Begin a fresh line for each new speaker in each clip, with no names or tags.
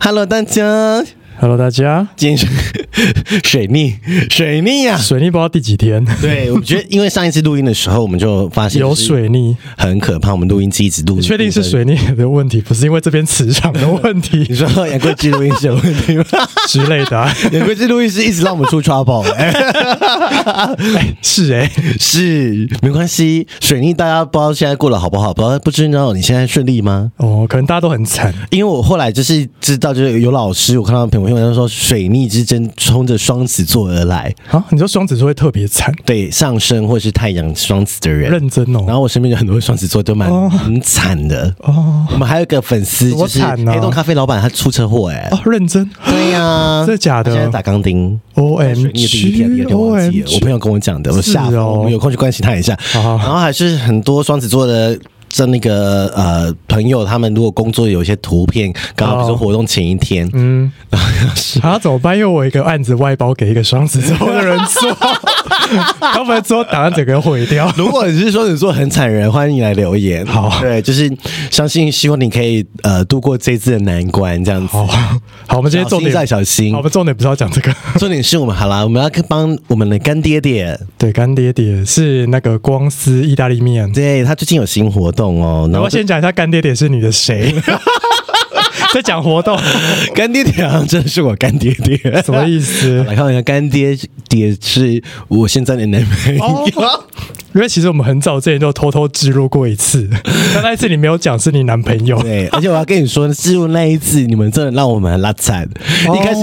Hello，大家，
Hello，大家，
今天是 水逆，水逆啊！
水逆不知道第几天
对，我觉得 因为上一次录音的时候，我们就发现
有
就是
水逆，
很可怕，我们录音机一直录，
确定是水逆的问题，不是因为这边磁场的问
你
题
说杨贵基录音室有问题吗？
之类的、啊。
杨贵基录音室一直让我们出 trouble，哎、
哎是哎、
是没关系。水逆大家不知道现在过得好不好，不知道不知道你现在顺利吗？
哦，可能大家都很惨，
因为我后来就是知道，就是有老师，我看到朋友圈他说水逆之争冲着双子座而来，
啊，你说双子座会特别惨，
对上升或是太阳双子的人。
认真
然
哦。
后我身边有很多双子座都蛮
哦
很惨的。
哦
我们还有一个粉丝
多
就是
惨啊
黑洞咖啡老板，他出车祸哎、
哦，认真
对呀、
真的假的
他现在打钢钉。
，O M
水逆的第一天，第
G
二天
O
忘
M
记了。我
G，
朋友跟我讲的，我
是
吓疯。
哦
我们有空去关心他一下。
好
然
好，
后还是很多双子座的。在那个呃朋友，他们如果工作有一些图片，刚好比如说活动前一天，
哦 嗯，啊，怎么办？因为我有一个案子外包给一个双子座的人 做，他们之后档案整个毁掉。
如果你是双子座很惨人，欢迎你来留言。
好
对，就是相信希望你可以呃度过这一次的难关，这样子。
好哦好，我们今天重
小心
点
再小心
好我们重点不是要讲这个。
重点是我们好啦，我们要帮我们的干爹爹，
对，干爹爹是那个光丝意大利面。
对他最近有新活动哦。然后
我要先讲一下干爹爹是你的谁？在讲活动，
干爹爹好像真的是我干爹爹，
什么意
好
思？
来看一下干爹爹是我现在的男朋友。
哦因为其实我们很早之前就偷偷植入过一次，但那一次你没有讲是你男朋友。
对，而且我要跟你说，自入那一次，你们真的让我们很拉惨。
哦
一开始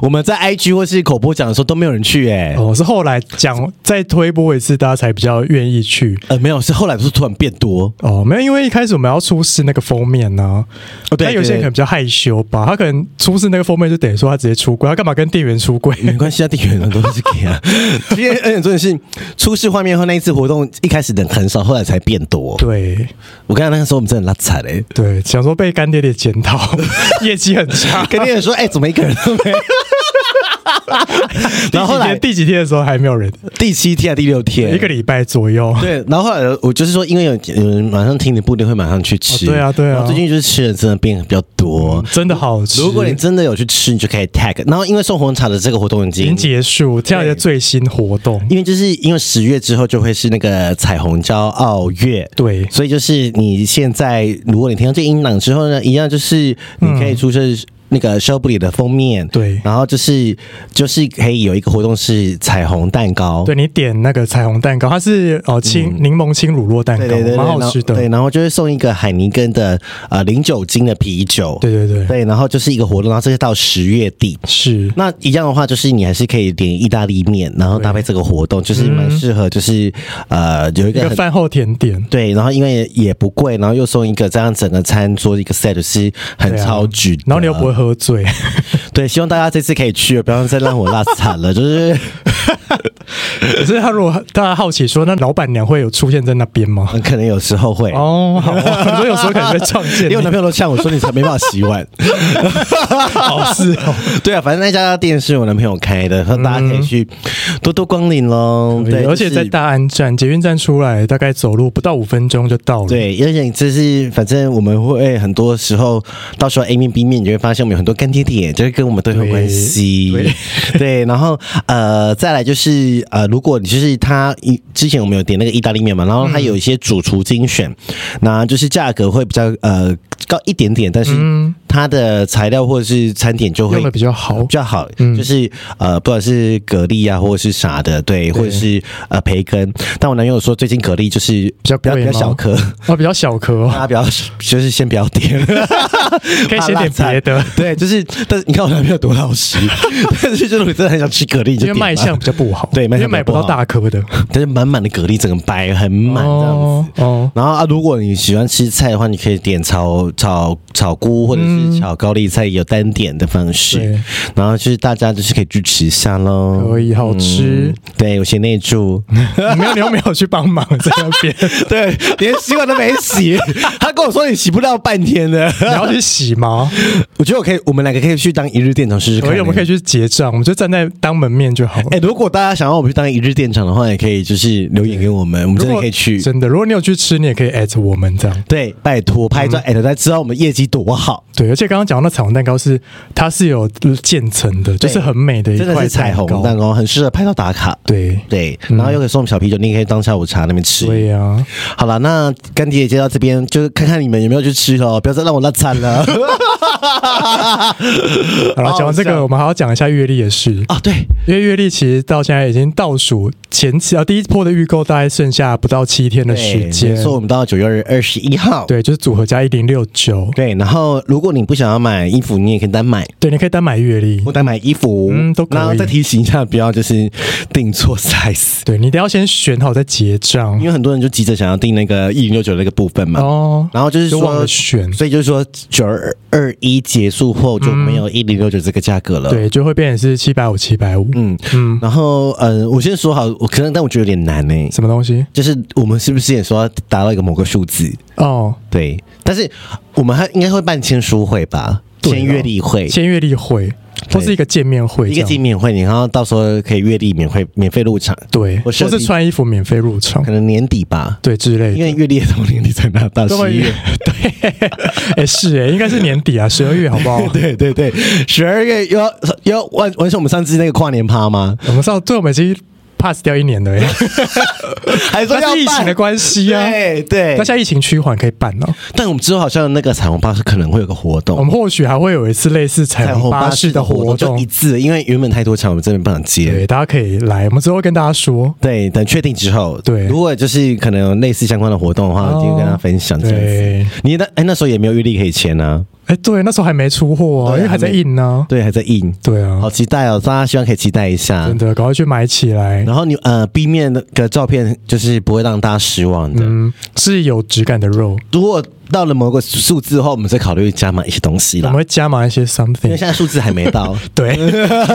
我们在 IG 或是口播讲的时候都没有人去、欸，哎、
哦，是后来讲再推播一次，大家才比较愿意去。
呃，没有，是后来不是突然变多，
哦，没有，因为一开始我们要出示那个封面呢、啊，
哦对
但有些人可能比较害羞吧，他可能出示那个封面就等于说他直接出柜，他干嘛跟店员出柜？
没关系啊，店员的都是给 啊。因为而且真的是出事画面后那一次活动，一开始人很少，后来才变多。
对
我刚才那个时候我们真的很拉惨哎、欸。
对，想说被干爹爹检 讨，业绩很差。
跟店员说：“哎、怎么一个人都没 有？”然后后
第几
来
天第几天的时候还没有人，
第七天、第六天，
一个礼拜左右。
对，然后后来我就是说，因为有有人马上听你不一定会马上去吃，
哦对啊对啊
然后最近就是吃的真的变得比较多。
真的好吃。
如果你真的有去吃，你就可以 tag。然后因为送红茶的这个活动已
已
经
经。结束，这样一个最新活动，
因为就是因为十月之后就会是那个彩虹骄傲月，
对
所以就是你现在如果你听到这音档之后呢，一样就是你可以注册那个 s h o b 里的封面，
对
然后就是就是可以有一个活动是彩虹蛋糕，
对，你点那个彩虹蛋糕，它是哦青柠檬青乳酪蛋
对对对对，
糕，蛮好
然后
吃的。
对，然后就会送一个海尼根的呃零酒精的啤酒，
对对对，
对，然后就是一个活动，然后这是到十月底。
是
那一样的话，就是你还是可以点意大利面，然后搭配这个活动，就是蛮
嗯
适合，就是、呃有一
一
个
个
很
饭后甜点。
对，然后因为也不贵，然后又送一个这样整个餐桌一个 set 是很
对啊
超值的、
然后你又不会喝醉，
对，啊希望大家这次可以去，不要再让我辣惨了。 就是
可是他如果大家好奇说，那老板娘会有出现在那 边吗？
可能有时候会，
哦，好啊，你说有时候可能会撞见
因为我
你，
男朋友都呛我说你才没办法洗碗。
好是哦，
对啊，反正那家店是我男朋友开的，然后大家可以去多多光临喽。 对，
嗯而且
就是
在大安站捷运站出来，大概走路不到五分钟就到了。
对，而且就是反正我们会很多时候，到时候 A 面 B 面，你就会发现我们有很多干爹爹，就是跟我们都有关系。 对，然后呃，再来就是呃，如果你就是他一之前我们有点那个意大利面嘛，然后它有一些主厨精选，那、就是价格会比较呃高一点点，但是它的材料或者是餐点就会
嗯用的比较 好
比。
嗯
较好，就是呃，不管是蛤蜊啊，或者是啥的，对，或者是呃培根。但我男友说，最近蛤蜊就是比
较
比较
贵
比较
吗
小颗，
哦，比较小颗、
大家
哦，
不要就是先不要点，
可以
怕
写
辣
点
菜
别 的。
对，就是，但是你看我男朋友多老 实，但是就是如果真的很想吃蛤蜊，你就
因
点
为
吧
卖相，比较不好，
对
因
卖
为
相比较
买不
不
到
好
大颗的，
但是满满的蛤蜊，整个白很满这样子。
哦哦，
然后啊，如果你喜欢吃菜的话，你可以点炒炒炒菇或者是炒高丽菜，有单点的方式。
嗯对
然后就是大家就是可以去吃一下喽，
可以嗯好吃
嗯。对，有些内助，嗯
你没有，你又没有去帮忙在那边，
对，连洗碗都没 洗，他跟我说你洗不到半天的。
你要去洗吗？
我觉得我可以，我们两个可以去当一日店长试试看、
可以，我们可以去结账，我们就站在当门面就好了。
哎、如果大家想要我们去当一日店长的话，也可以就是留言给我们，我们真
嗯如
的
果
可以去。
真的，如果你有去吃，你也可以 at 我们这样。嗯
对，拜托拍照 at 在知道我们业绩多好。
对，而且刚刚讲到那彩虹蛋糕是它是有渐层的，就是很美的一
真的
块
是彩虹蛋
蛋糕。
糕，很适合拍照打卡。
对
对，然后又可以送小啤酒，你也可以当下午茶那边吃。
嗯对呀、
好了，那干爹也介绍这边，就是看看你们有没有去吃哦，不要再让我拉惨了。
好了，讲完这个，我们还要讲一下月历也是，
啊，对，
因为月历其实到现在已经倒数前期啊，第一波的预购大概剩下不到七天的时间
对没。错，我们到九月二十一号。
对，就是组合加一零六九。
对，然后如果你不想要买衣服，你也可以单买。
对，你可以单买月历
或。单买衣服，
嗯都可以
然后再提醒一下，不要就是订错 size，
对你得要先选好再结账
因为很多人就急着想要订那个一零六九那个部分嘛。
哦。
然后就是
就忘
说
了选
所以就是说九二一结束后就没有一零六九这个价格了。，
对，就会变成是七百五、七百五。
嗯嗯。然后嗯，我先说好，我可能但我觉得有点难呢、欸
什么东西？
就是我们是不是也说要达到一个某个数字？
哦，
对，但是我们还应该会办签书会吧，
对哦
签阅历会。
签月历会或是一个见面会，
一个见。面会，然后到时候可以阅历免费免费入场，
对，
我
或
设
是
计
穿衣服免费入场
可，能年底吧，
对之类
因
的。
为阅历也到年底才拿到
都会
十一月，
对， 哎是哎，应该是年底啊，十二月好不好？
对对对，十二月又要又要完完成我们上次那个跨年趴 吗？
我们上对我们已经 pass 掉一年了哎，
还说
那
要
是疫情
办
的关系啊。
对对
那，现在疫情趋缓可以办哦，
但我们之后好像那个彩虹趴是可能会有个活
我
动，
们或许还会有一次类似哦彩虹巴士的活
就
动
一，次，因为原本太多场，我们真的不想接。
对，大家可以来，我们之后会跟大家说。
对，等确定之后，
对
如果就是可能有类似相关的活动的话，
哦
我今天跟大家分享这样子。
对，
你那哎、那时候也没有预力可以签啊，
哎对，那时候还没出货啊，
对
因为还在印呢。
对，还在印，
对啊
好，期待哦！大家希望可以期待一下
真。的，赶快去买起来。
然后你呃 B 面的照片就是不会让大家失望的。
嗯，是有质感的肉，
如果到了某个数字后，我们再考虑加码一些东西
我
啦
们。会加码一些
因为
something。
现在数字还没到，
对，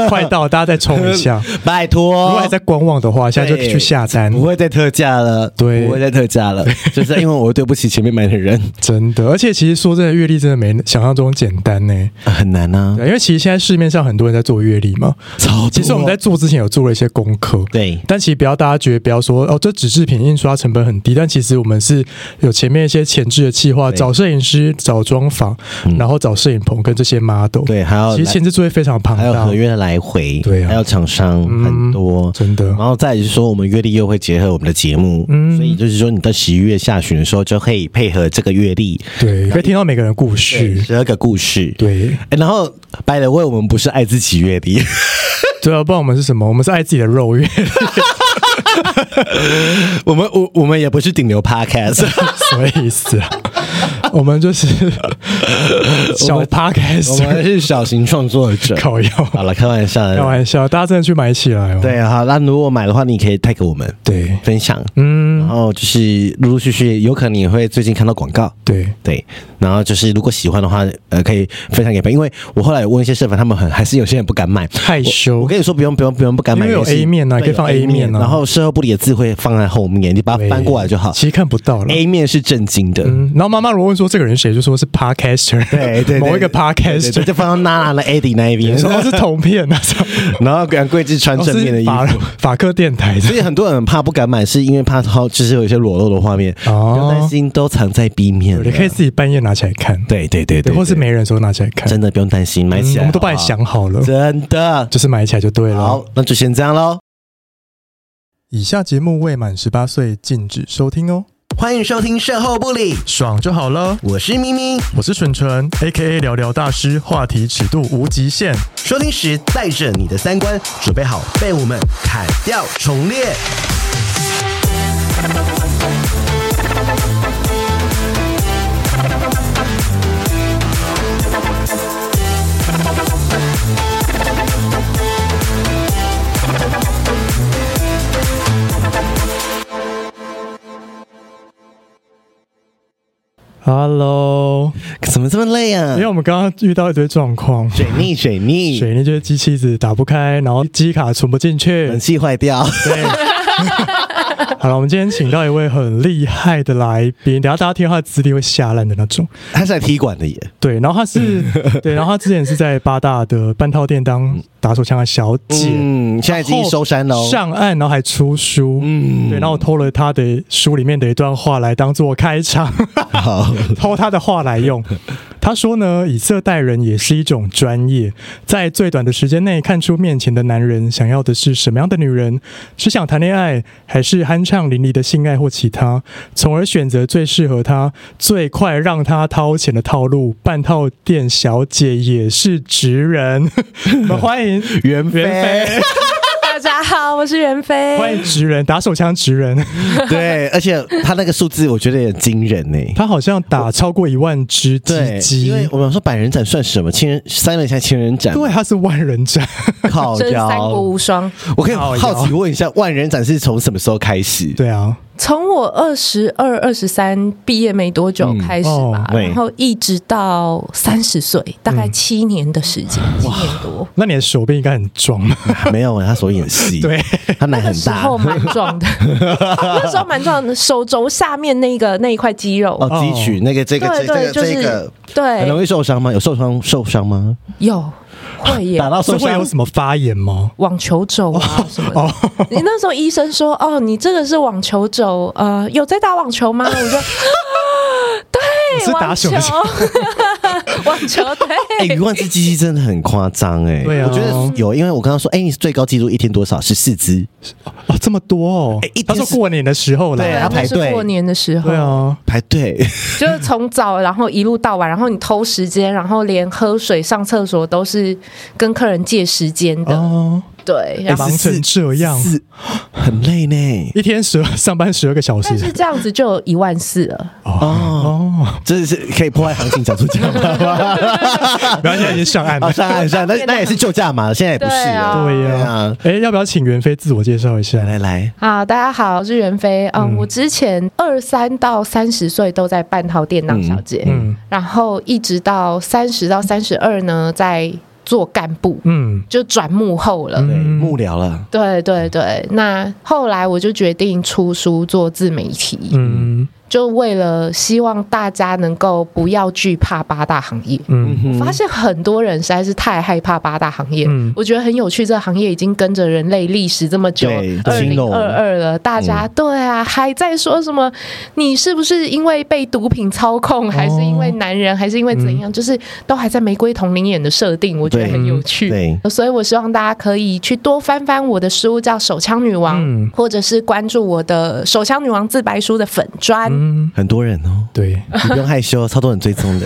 快到，大家再冲一下。
拜
如
托
果还，在观望的话，现在就去下单
不。会再特价了，
对
不会再特价了，就是因为我对不起前面买的人，
真的，而且其实说真的，阅历真的没想象中简单呢。
呃很难啊，
对因为其实现在市面上很多人在做阅历嘛，
超多
其实我们在做之前有做了一些功课。
对
但其实不要大家觉得不要说哦，这纸制品印刷成本很低，但其实我们是有前面一些前置的计划，
对嗯
找摄影师、找妆房，然后找摄影棚跟这些 model。，
对，还要
其实前置作业非常庞
还有
大
合，约的来回，
对啊嗯
还有厂商很多。
真的
然。
嗯
后再来就是说，我们阅历又会结合我们的节目，所以就是说，你在十一月下旬的时候就可以配合这个阅历，
对，可以听到每个人的故事。
十二个故事。
对，
哎然后 by the way，我们不是爱自己阅历，
对啊，不然我们是什么？我们是爱自己的肉欲，
我们我我们也不是顶流 podcast，
什么意思啊？我们就是小趴开
我
始
们是小型创作 者。
烤肉，
好了，开玩笑
开
的。
玩笑，大家真的去买起来哦。
对，好，那如果买的话，你可以 tag 我们
对，
分享，然
嗯，
后就是陆陆续续，有可能也会最近看到广告。
对，
对，然后就是如果喜欢的话，呃，可以分享给朋友。因为我后来有问一些社粉，他们很还是有些人不敢买。
害羞
我。跟你说，不用不用不用，不敢买。
因为有 A 面啊
对
可以放
有
A 面啊
然后售后部里的字会放在后面，你把它
对
翻过来就好。
其实看不到了。
A 面是震惊的，
嗯，然后妈妈如果问说这个人谁，就说是 podcaster，
对对对
某一个
对对
podcaster，
就放到娜娜的 Eddie 那一边
你。说哦是同片啊，什么
然后杨贵志穿正面的衣
哦
服
是。法法克电台的
所以很多人很怕不敢买，是因为怕它就是有一些裸露的画面，
哦
不要担心，都藏在 B 面了。
你可以自己半夜拿起来看，
对对对对，
或是
对
没人的时候拿起来看，
真的不用担心，买起
嗯
来
我们
好
都
不
帮你
好
想好了，
真的。
就是买起来就对了。
好，那就先这样喽。
以下节目未满十八岁禁止收听哦，
欢迎收听售后不理，
爽就好了。
我是咪咪。
我是纯纯，A K A 聊聊大师，话题尺度无极限。
收听时带着你的三观，准备好被我们砍掉重练。
Hello，
怎么这么累啊
因？为我们刚刚遇到一堆状况，
水逆，水逆，
水那些 机器一直打不开，然后机卡存不进去
冷，气坏掉。
对， 好了，我们今天请到一位很厉害的来宾，等一下大家听到他的资历会吓烂的那种。
他是来踢馆的耶，
对，然后他 是对，然后他之前是在八大的半套店当打手枪的小姐，
嗯，现在已经收山喽。
上岸，然后还出书，
嗯
对，然后我偷了他的书里面的一段话来当做开场，
好，
偷他的话来用。他说呢，以色待人也是一种专业，在最短的时间内看出面前的男人想要的是什么样的女人，是想谈恋爱，还是酣畅淋漓的性爱或其他，从而选择最适合他、最快让他掏钱的套路。半套店小姐也是直人， 我们欢迎
袁
袁
飞，
飞，
大家好，我是袁飞。
欢迎直人打手枪直人。
对，而且他那个数字我觉得也很惊人呢、
他好像打超过一万只
对
鸡，鸡，
因为我们说百人展算什么？情人三人才情人展，
对，他是万人斩，
靠
真是三国
腰。
无双。
我可以
靠腰
好奇问一下，万人展是从什么时候开始？
对啊，
从我二十二、二十三毕业没多久开始吧，
嗯哦嗯
然后一直到三十岁，大概七年的时间，七年多。
那你的手臂应该很壮，
没有，啊他所演戏，
对，
他奶
那
哎很
时
大
候蛮 壮的，那时候蛮壮的，手肘下面那个那一块肌肉，
哦，汲取那个这个
对
这
对，
个
就
这
是
个。很容
对，
易受伤吗？有受伤受伤吗？
有会耶
打。到
是
受
会
伤
有 什么发炎吗？
网球肘
哦
啊什么的，你那时候医生说，哦，你这个是网球肘，呃，有在打网球吗？ 我说，啊
你是
对，
打
网
手
球，
枪
网球
哎，
对
余，万只鸡鸡真的很夸张哎，
对啊
我觉得有，因为我刚刚说，哎，你最高纪录一天多少？十四只，
哦，这么多哦
哎一！
他
天
说
是
过年的时候
对啊
啦，
要排
那
队
是过年的时候，
对啊，
排队，
就是从早然后一路到晚，然后你偷时间，然后连喝水、上厕所都是跟客人借时间的，
哦，
对，然后。
忙成这样，
是很累 呢。
一天十上班十二个小
但是
时，
这样子就有一万四了，
哦，这是可以破坏行情讲出这样吗？
然后现在已经上岸
啊，
了。
上岸上岸，那那也是救价嘛，现在也不是了。
对
对
对
呀，
啊，哎
哎，要不要请袁飞自我介绍一
来
下？
来来，
好，啊大家好，我是袁飞。嗯，我之前二三到三十岁都在半套店当小姐，
嗯
然后一直到三十到三十二呢，在做干部，
嗯，
就转幕后了。
对，
嗯
幕僚了，
对对对，那后来我就决定出书做自媒体，
嗯
就为了希望大家能够不要惧怕八大行业。
嗯
我发现很多人实在是太害怕八大行业，
嗯
我觉得很有趣。这个行业已经跟着人类历史这么久，
对
二
金
零
融
二二了，大家、对啊，还在说什么？你是不是因为被毒品操控，还是因为男人，还是因为怎样？就是都还在玫瑰同龄眼的设定，我觉得
对
很有趣。
对，
所以我希望大家可以去多翻翻我的书，叫《手枪女王》，
嗯
或者是关注我的《手枪女王自白书》的粉砖，
嗯，
很多人哦，
对，
你不用害羞，超多人追踪的。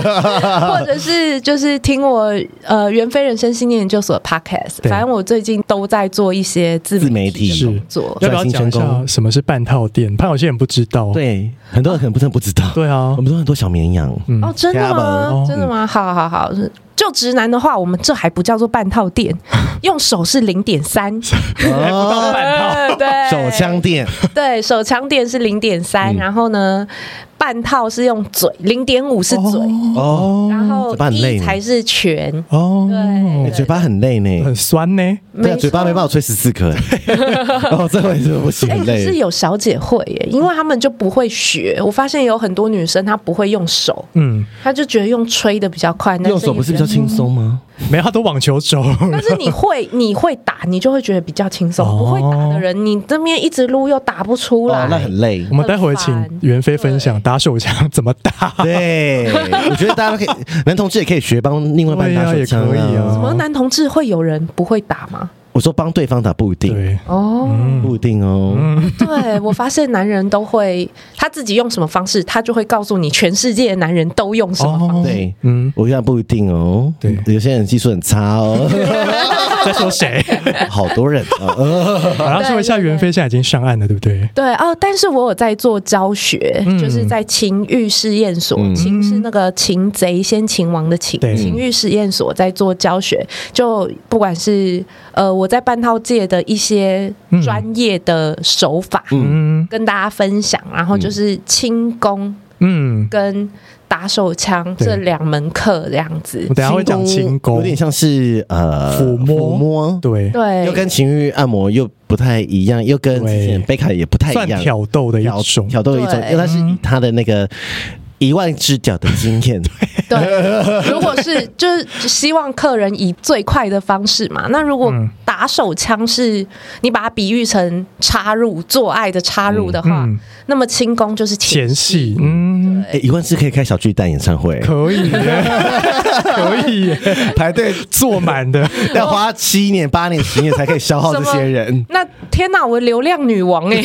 或者是就是听我呃袁飞人生信念研究所的 podcast。
对
反正我最近都在做一些自
自媒体
的
是
工作。
要不要讲一
转型成
下
功
什么是半套店？怕有些人不知道。哦
对，哦很多人可能不真的不知道，
对啊
我，们说很多小绵羊，
嗯
哦，真的
加盟
吗
哦？
真的
嗯
吗？好好好，是就直男的话，我们这还不叫做半套 店，用手是零点三，
哎
哦，
呃 对，
手枪嗯店，
对，手枪店是零点三，然后呢，半套是用嘴，零点五是嘴，
哦，
哦
然后
嘴巴很累
一
呢
才是拳。
哦，
哎
对
嘴巴很累呢，
很酸呢。
对啊，
错
嘴巴没办法吹十四颗，哦，这回是不行，
哎、
很
可是
累。
有小姐会耶，因为她们就不会学。我发现有很多女生她不会用手，
嗯，
她就觉得用吹的比较快。男
右
生
手
也
不是比较
觉得？
轻松吗？
没有，他都网 球肘。
但是你会，你会打，你就会觉得比较轻松。
哦
不会打的人，你这边一直撸又打不出来，
哦，那很累
我。们待会儿请袁飞分享打手枪怎么打。
对，我觉得大家都可以，男同志也可以学帮另外一半打手枪
对啊也可以啊
什么男同志会有人不会打吗？
我说帮对方打不一定，
对，嗯
哦，
不一定哦。
对我发现男人都会他自己用什么方式，他就会告诉你全世界的男人都用什么方
哦
式。
对，
嗯，
我跟你讲不一定哦。
对
有些人技术很差 哦，
在 说谁？
好多人 哦。
好了，说一下
对对对
袁飞现在已经上岸了，对不对？
对哦，但是我有在做教学，
嗯
就是在情欲试验所，情是那个擒贼先擒王的擒
对，
情欲试验所在做教学，就不管是呃我在半套界的一些专业的手法，
嗯，
跟大家分享，然后就是轻功。
嗯，
跟打手枪
对
这两门课这样子
我。等一下会讲轻功，
有点像是呃
抚摸
抚摸，
对，
对，
又跟情欲按摩又不太一样，又跟之前
对
贝卡也不太
算
一样，
挑逗的一
挑
种。
挑逗的一种，
对
因为它是以他的那个一万只脚的经 验，
对，如果是就是希望客人以最快的方式嘛。那如果
嗯
打手枪是你把它比喻成插入做爱的插入的话，
嗯，
那么轻功就是前。
前戏，嗯，
诶一万只可以开小巨蛋演唱会，
可以 耶，可以耶，
排队
坐满的，
要花七年、八年、十年才可以消耗这些人
那天哪，我流量女 王哎、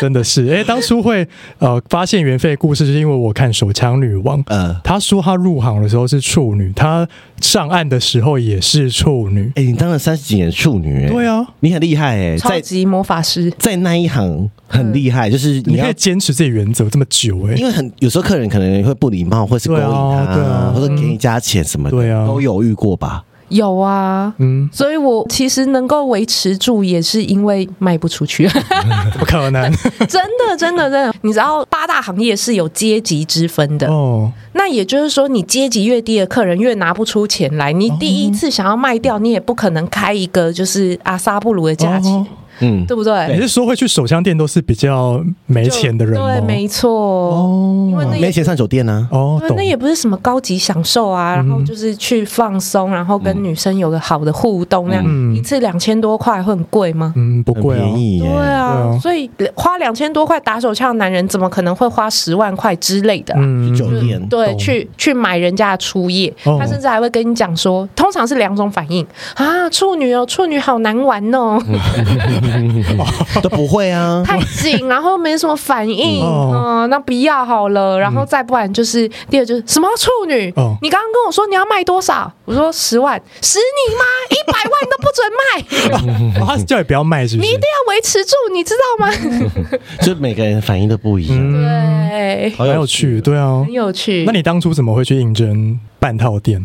真的是。哎、当初会呃发现袁飞的故事，是因为我看《手枪女王》。
呃，
她说她入行的时候是处女，她上岸的时候也是处女。
哎、你当了三十几年处女、哎
对啊，
你很厉害哎、
超
在
级魔法师。
在那一行很厉害，就是你
嗯你可
要
以。坚持自己原则这么久、哎，
因为很有时候客人可能会不礼貌，或是勾引他，
对啊对啊
或者给你加钱什么的，
对啊
都有遇过吧？
有啊，
嗯，
所以我其实能够维持住，也是因为卖不出去。
怎么可能？
真的，真的，真的，你知道八大行业是有阶级之分的。
哦，
那也就是说，你阶级越低的客人越拿不出钱来。你第一次想要卖掉，你也不可能开一个就是阿萨布鲁的价钱，
哦
嗯，
对不对？
哎你是说会去手枪店都是比较没
就
钱的人吗？
对，没错。
哦，
因为那
没钱上酒店啊呢、
哦，
对
懂嗯
那也不是什么高级享受啊，然后就是去放松，然后跟女生有个好的互动，那样、
嗯
一次两千多块会很贵吗？
嗯不
很
贵啊
便，宜耶、
对
对啊
啊，所以花两千多块打手枪的男人，怎么可能会花十万块之类的啊、
嗯
去酒店
对，
懂
去去买人家的初夜，
哦
他甚至还会跟你讲说，通常是两种反应啊，处女哦，处女好难玩哦，
嗯
都不会 啊。
太紧，然后没什么反应，
哦嗯
嗯，那不要好了，然后再不然就是第二就是什么处女
哦，
你刚刚跟我说你要卖多少，我说十万，使你妈一百万都不准 卖，
哦他是叫你不要卖，是不
你
是
一定？要维持住，你知道 吗？
就每个人反应都不一样，
嗯，
对，
好。
蛮有趣，对啊
很。有趣
那。你当初怎么会去应征半套店？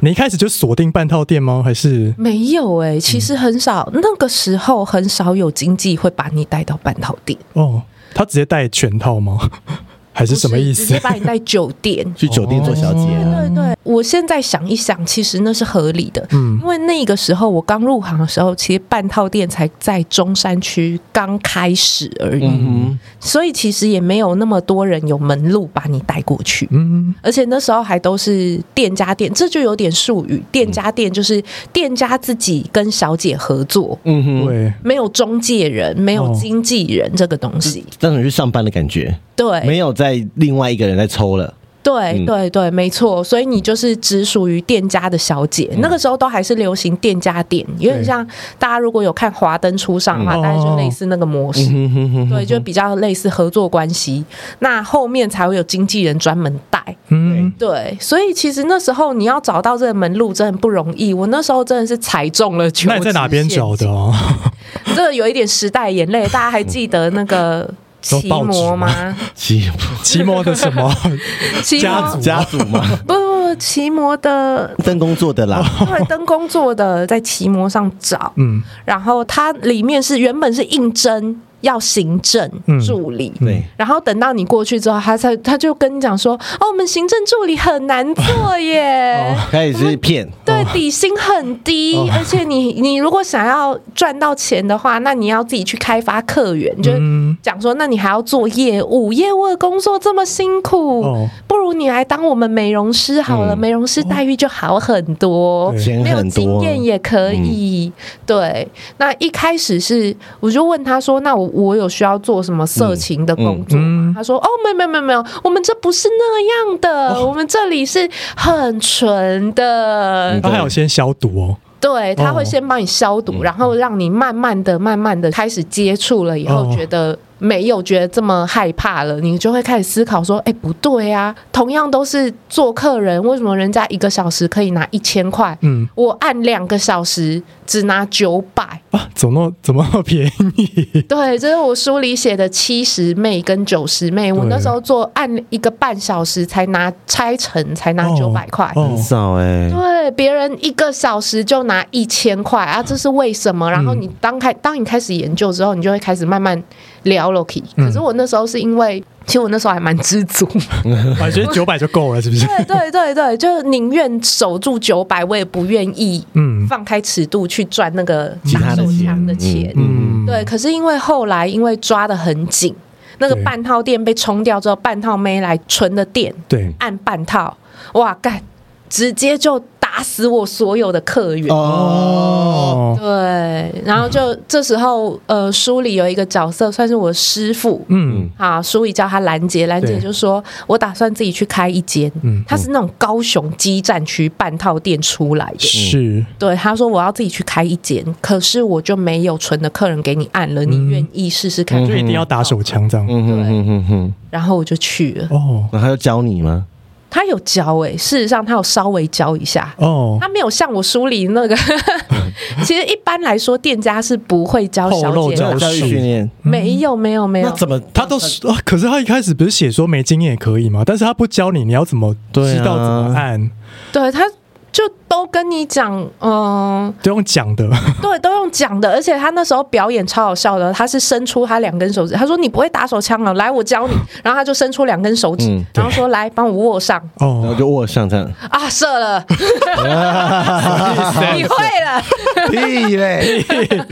你一开始就锁定半套店吗？还是
没有哎、其实很少，
嗯
那个时候很少有经济会把你带到半套店。
哦，他直接带全套吗？ 还是什么意
不是直
思
接？把你带酒店
去酒店做小姐
哦
啊，
对对，我现在想一想，其实那是合理的，
嗯
因为那个时候我刚入行的时候，其实半套店才在中山区刚开始而已，
嗯
所以其实也没有那么多人有门路把你带过去。
嗯，
而且那时候还都是店家店，这就有点术语。店家店就是店家自己跟小姐合作，
嗯哼，
对，
没有中介人，没有
哦
经纪人这个东西。
让你去上班的感觉，
对，
没有在另外一个人在抽了，
对
嗯
对对，没错，所以你就是只属于店家的小姐。
嗯
那个时候都还是流行店家店，有点像大家如果有看《华灯初上》的话，
嗯哦
大概就类似那个模式。
嗯哼哼
对，就比较类似合作关系。那后面才会有经纪人专门带。
嗯，
对，所以其实那时候你要找到这个门路真的不容易。我那时候真的是踩中了 求
那你在哪边找的哦？
这有一点时代眼泪，大家还记得那个
说
奇
报纸
摩
吗
吗？
奇
寂寞的 什么？
奇
家
摩
族啊
家族嘛，
不不不，奇摩的
分工作的啦，
后来登工作的在奇摩上找，
嗯，
然后它里面是原本是应征要行政
嗯
助理。
对，
然后等到你过去之后，他才他就跟你讲说：“哦，我们行政助理很难做 耶，
他也是骗，
对，底薪很低，
哦
而且你你如果想要赚到钱的话，那你要自己去开发客源，就
嗯
讲说，那你还要做业务，业务的工作这么辛苦，
哦
不如你来当我们美容师好了，
嗯
美容师待遇就好很多。
对
钱
没有
嗯很
经
多，啊
验也可以。对，那一开始是我就问他说：“那我我有需要做什么色情的工作吗？”
嗯嗯
他说：“哦，没有没有没有没有，我们这不是那样的，我们这里是很纯的。
嗯
他还有先消毒哦，
对，他会先帮你消毒，
嗯
然后让你慢慢的、慢慢的开始接触了以后，
哦
觉得。没有觉得这么害怕了，你就会开始思考说：哎，不对啊，同样都是做客人，为什么人家一个小时可以拿一千块，
嗯
我按两个小时只拿九百，
啊，怎么那怎么那么 便宜？
对，这是我书里写的七十妹跟九十妹。我
对
那时候做按一个半小时才拿拆成，才拿
哦
九百块。
哦
很少哎，
对，别人一个小时就拿一千块啊，这是为什么？然后你当开，当你开始研究之后，你就会开始慢慢聊 Loki。
嗯
可是我那时候是因为其实我那时候还蛮知足，
我觉得哦九百就够了，是不是？
对对对对，就宁愿守住九百，我也不愿意
嗯
放开尺度去赚那个
其
打
他的
手
钱
枪的
嗯
钱。
嗯，
对，可是因为后来因为抓的很紧，那个
对
半套店被冲掉之后，半套妹来存的店
对，
按半套，哇干，直接就打死我所有的客源。
哦，
哦，
对，然后就这时候，呃，书里有一个角色算是我师傅，
嗯
啊，书里叫他兰姐，兰姐
对
就说：“我打算自己去开一间，
嗯
他是那种高雄基站区半套店出来的。
是，
对，他说我要自己去开一间，可是我就没有存的客人给你按了，你
嗯
愿意试试看？
就一定要打手枪这样。
嗯哼哼哼哼，
然后我就去
嗯
了。
哦
那他就教你吗？
他有教诶、事实上他有稍微教一下，
哦
他，没有像我书里那 个。 其实一般来说，店家是不会教
透
小
露
姐
教
的
哦，
教育训练，
没有没有没有
那，怎么
他都是，啊可是他一开始不是写说没经验也可以嘛？但是他不教你，你要怎么
对啊
知道怎么按？
对他。就都跟你讲，嗯、
都用讲的，
对，都用讲的，而且他那时候表演超好笑的，他是伸出他两根手指，他说你不会打手枪了，来我教你，然后他就伸出两根手指，
嗯
然后说来帮我握上，
然后
哦，
就握上这样？
啊，射 了，你会了，
屁嘞！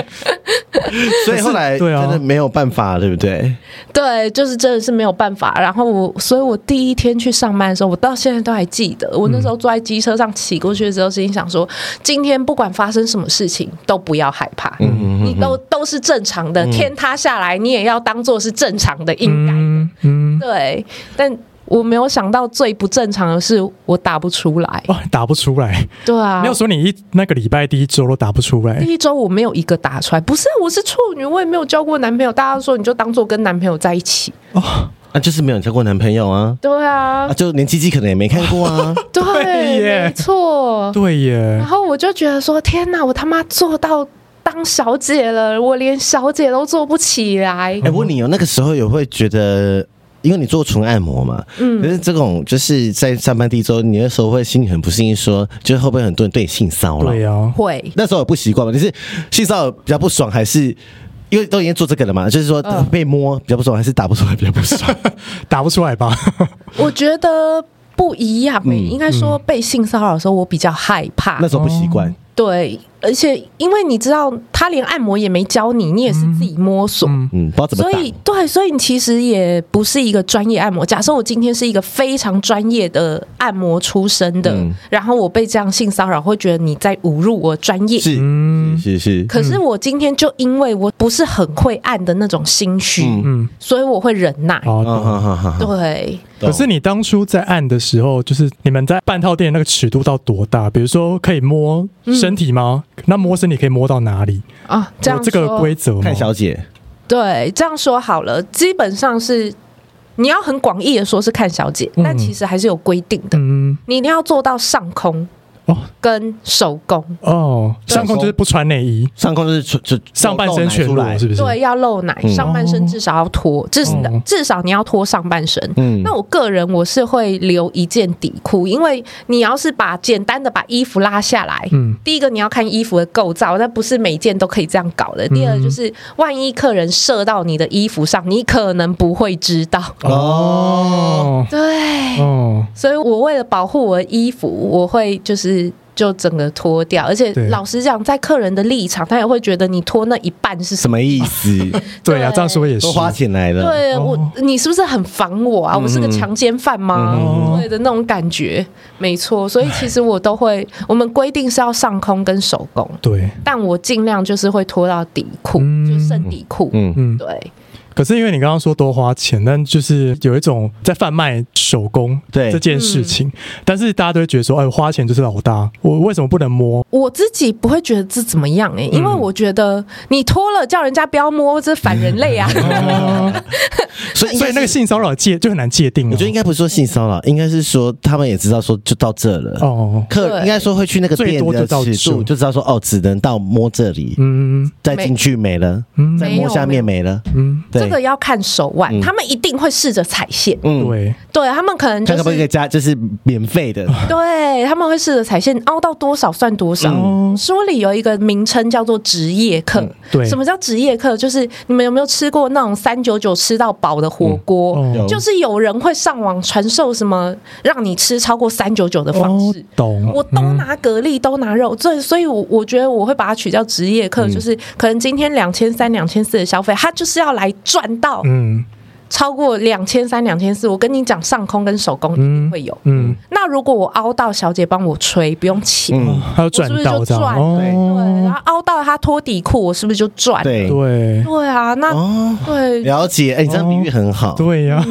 所以后来
对啊
真的没有办法，对不对？
对，就是真的是没有办法。然后我，所以我第一天去上班的时候，我到现在都还记得，我那时候坐在机车上骑过去的时候，心想说，今天不管发生什么事情，都不要害怕，
嗯
嗯
你都都是正常的，天塌下来你也要当做是正常的，应该的。
嗯嗯，
对，但我没有想到最不正常的是我打不出来。
哇，打不出来。
对啊
哦没有，说你一那个礼拜第一周都打不出来
第，一周我没有一个打出来。不是，啊我是处女，我也没有交过男朋友。大家说你就当做跟男朋友在一起。
啊，就是没有交过男朋友啊，
对啊
啊，，就连鸡鸡可能也没看过啊。
对，
对耶
没错。
对
然
耶，
后我就觉得说，天哪，我他妈做到当小姐了，我连小姐都做不起来
哎、。问你哦，那个时候有会觉得，因为你做纯按摩嘛，嗯，可是这种就是在上班第一周，你那时候会心里很不适应说，就是会不会很多人对你性骚扰？
对啊呀，
会，
那时候有不习惯吗？你是性骚扰比较不爽，还是因为都已经做这个了嘛？就是说、
嗯
被摸比较不爽，还是打不出来比较不爽？
打不出来吧？
我觉得。不一样、欸，
嗯
应该说被性骚扰的时候，我比较害怕。
那时候不习
哦
惯，
对，而且因为你知道，他连按摩也没教你，你也是自己摸索，
嗯，
嗯，不知道怎么
所
打。
以对，所以你其实也不是一个专业按摩。假设我今天是一个非常专业的按摩出身的，
嗯
然后我被这样性骚扰，会觉得你在侮辱我专业。
是
嗯
是是，
可是我今天就因为我不是很会按的那种心虚，
嗯，
嗯，哦
所以我会忍耐。
好
啊哈
的。
哈哈哈。
对，
懂
可是你当初在按的时候，就是你们在半套店那个尺度到多大？比如说可以摸身体吗？
嗯
那摸身体可以摸到哪里？
啊，这
有
样
这个
说
规则吗？
看小姐，
对，这样说好了，基本上是你要很广义的说是看小姐，
嗯
但其实还是有规定的，
嗯
你一定要做到上空
哦
跟手工，
哦，
对
上空就是不穿内衣，
上空就是出就
上半身全
露
裸
奶出来，
是不是？
对，要露奶，
嗯
上半身至少要脱，至少
哦
至少你要脱上半身。
嗯
那我个人我是会留一件底裤，因为你要是把简单的把衣服拉下来，
嗯
第一个你要看衣服的构造，那不是每件都可以这样搞的。
嗯
第二就是，万一客人射到你的衣服上，你可能不会知道。
哦，
哦
对，
哦，
所以我为了保护我的衣服，我会就是就整个脱掉。而且
对
老实讲，在客人的立场，他也会觉得你脱那一半是什
什
么？
么意 思？
对啊呀，这样说也是
都花钱来了，
对
哦
我，你是不是很防我啊？我是个强奸犯吗
嗯？
对的那种感觉，没错。所以其实我都会，我们规定是要上空跟手工，
对，
但我尽量就是会脱到底裤，
嗯
就剩底裤。
嗯，
嗯。
对
可是因为你刚刚说多花钱，但就是有一种在贩卖手工
对
这件事
嗯
情，但是大家都会觉得说，哎，花钱就是老大，我为什么不能摸？
我自己不会觉得这怎么样哎、因为我觉得你脱了叫人家不要摸，这反人类
嗯
啊。
所以 应
所
该是
以那个性骚扰界就很难界定了。
我觉得应该不是说性骚扰，应该是说他们也知道说就到这了。
哦，
客
对
应该说会去那个
最
店
多
的
就到
尺
这
度，就知道说哦，只能到摸这里，
嗯
再进去没了，
嗯
再摸下面没了。
嗯，
这个
对，
要看手腕，
嗯
他们一定会试着踩线，
嗯，
对，
对他们可能就
看可不可以
是
哦
加，就是免费的。
对他们会试着踩线，凹到多少算多少。
哦
书里有一个名称叫做职业课。
嗯对
什么叫职业课？就是你们有没有吃过那种三九九吃到饱的火锅？
嗯
有
就是有人会上网传授什么让你吃超过三九九的方
哦
式。，
懂，
我都拿蛤蜊，都拿肉，所以所以我，我觉得我会把它取叫职业
嗯
课，就是可能今天两千三、两千四的消费，他就是要来赚到
嗯
超过两千三、两千四。我跟你讲，上空跟手工一定会有。
嗯，哦
那如果我凹到小姐帮我吹，不用钱，
嗯，
还有赚到这样，
我
是不是就
对，然
哦，
后凹到她脱底裤，我是不是就赚？
对
对
对啊，那、
哦，
对
了解。哎、你这样比喻很好。
对呀，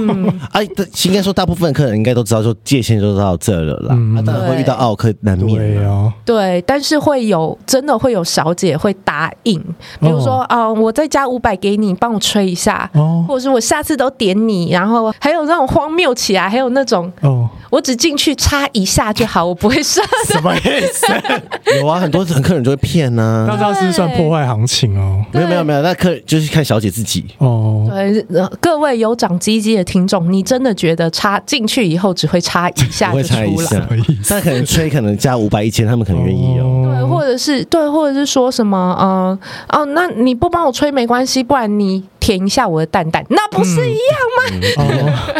哎，对应该说大部分客人应该都知道，说界限就到这了啦。
嗯
啊，当然会遇到奥克难
对
免啊。
呀，
对，但是会有真的会有小姐会答应，比如
哦
说，嗯、我再加五百给你，帮我吹一下。
哦
或者是我下次都点你，然后还有那种荒谬起来，还有那种
哦，
我只进去插一下就好，我不会上。
什么意思？
有啊，很多很客人就会骗呐、
那
啊。
这样是不是算破坏行情哦，
没有没有没有，那客人就是看小姐自己。
哦，
对，呃各位有长鸡鸡的听众，你真的觉得插进去以后只会插一下
不
就
会
出
猜一
来？
下
么意，
但可能吹可能加五百一千，他们可能愿意哦。
对，或者是对，或者是说什么，嗯、哦、那你不帮我吹没关系，不然你舔一下我的蛋蛋，那不是一样？
哦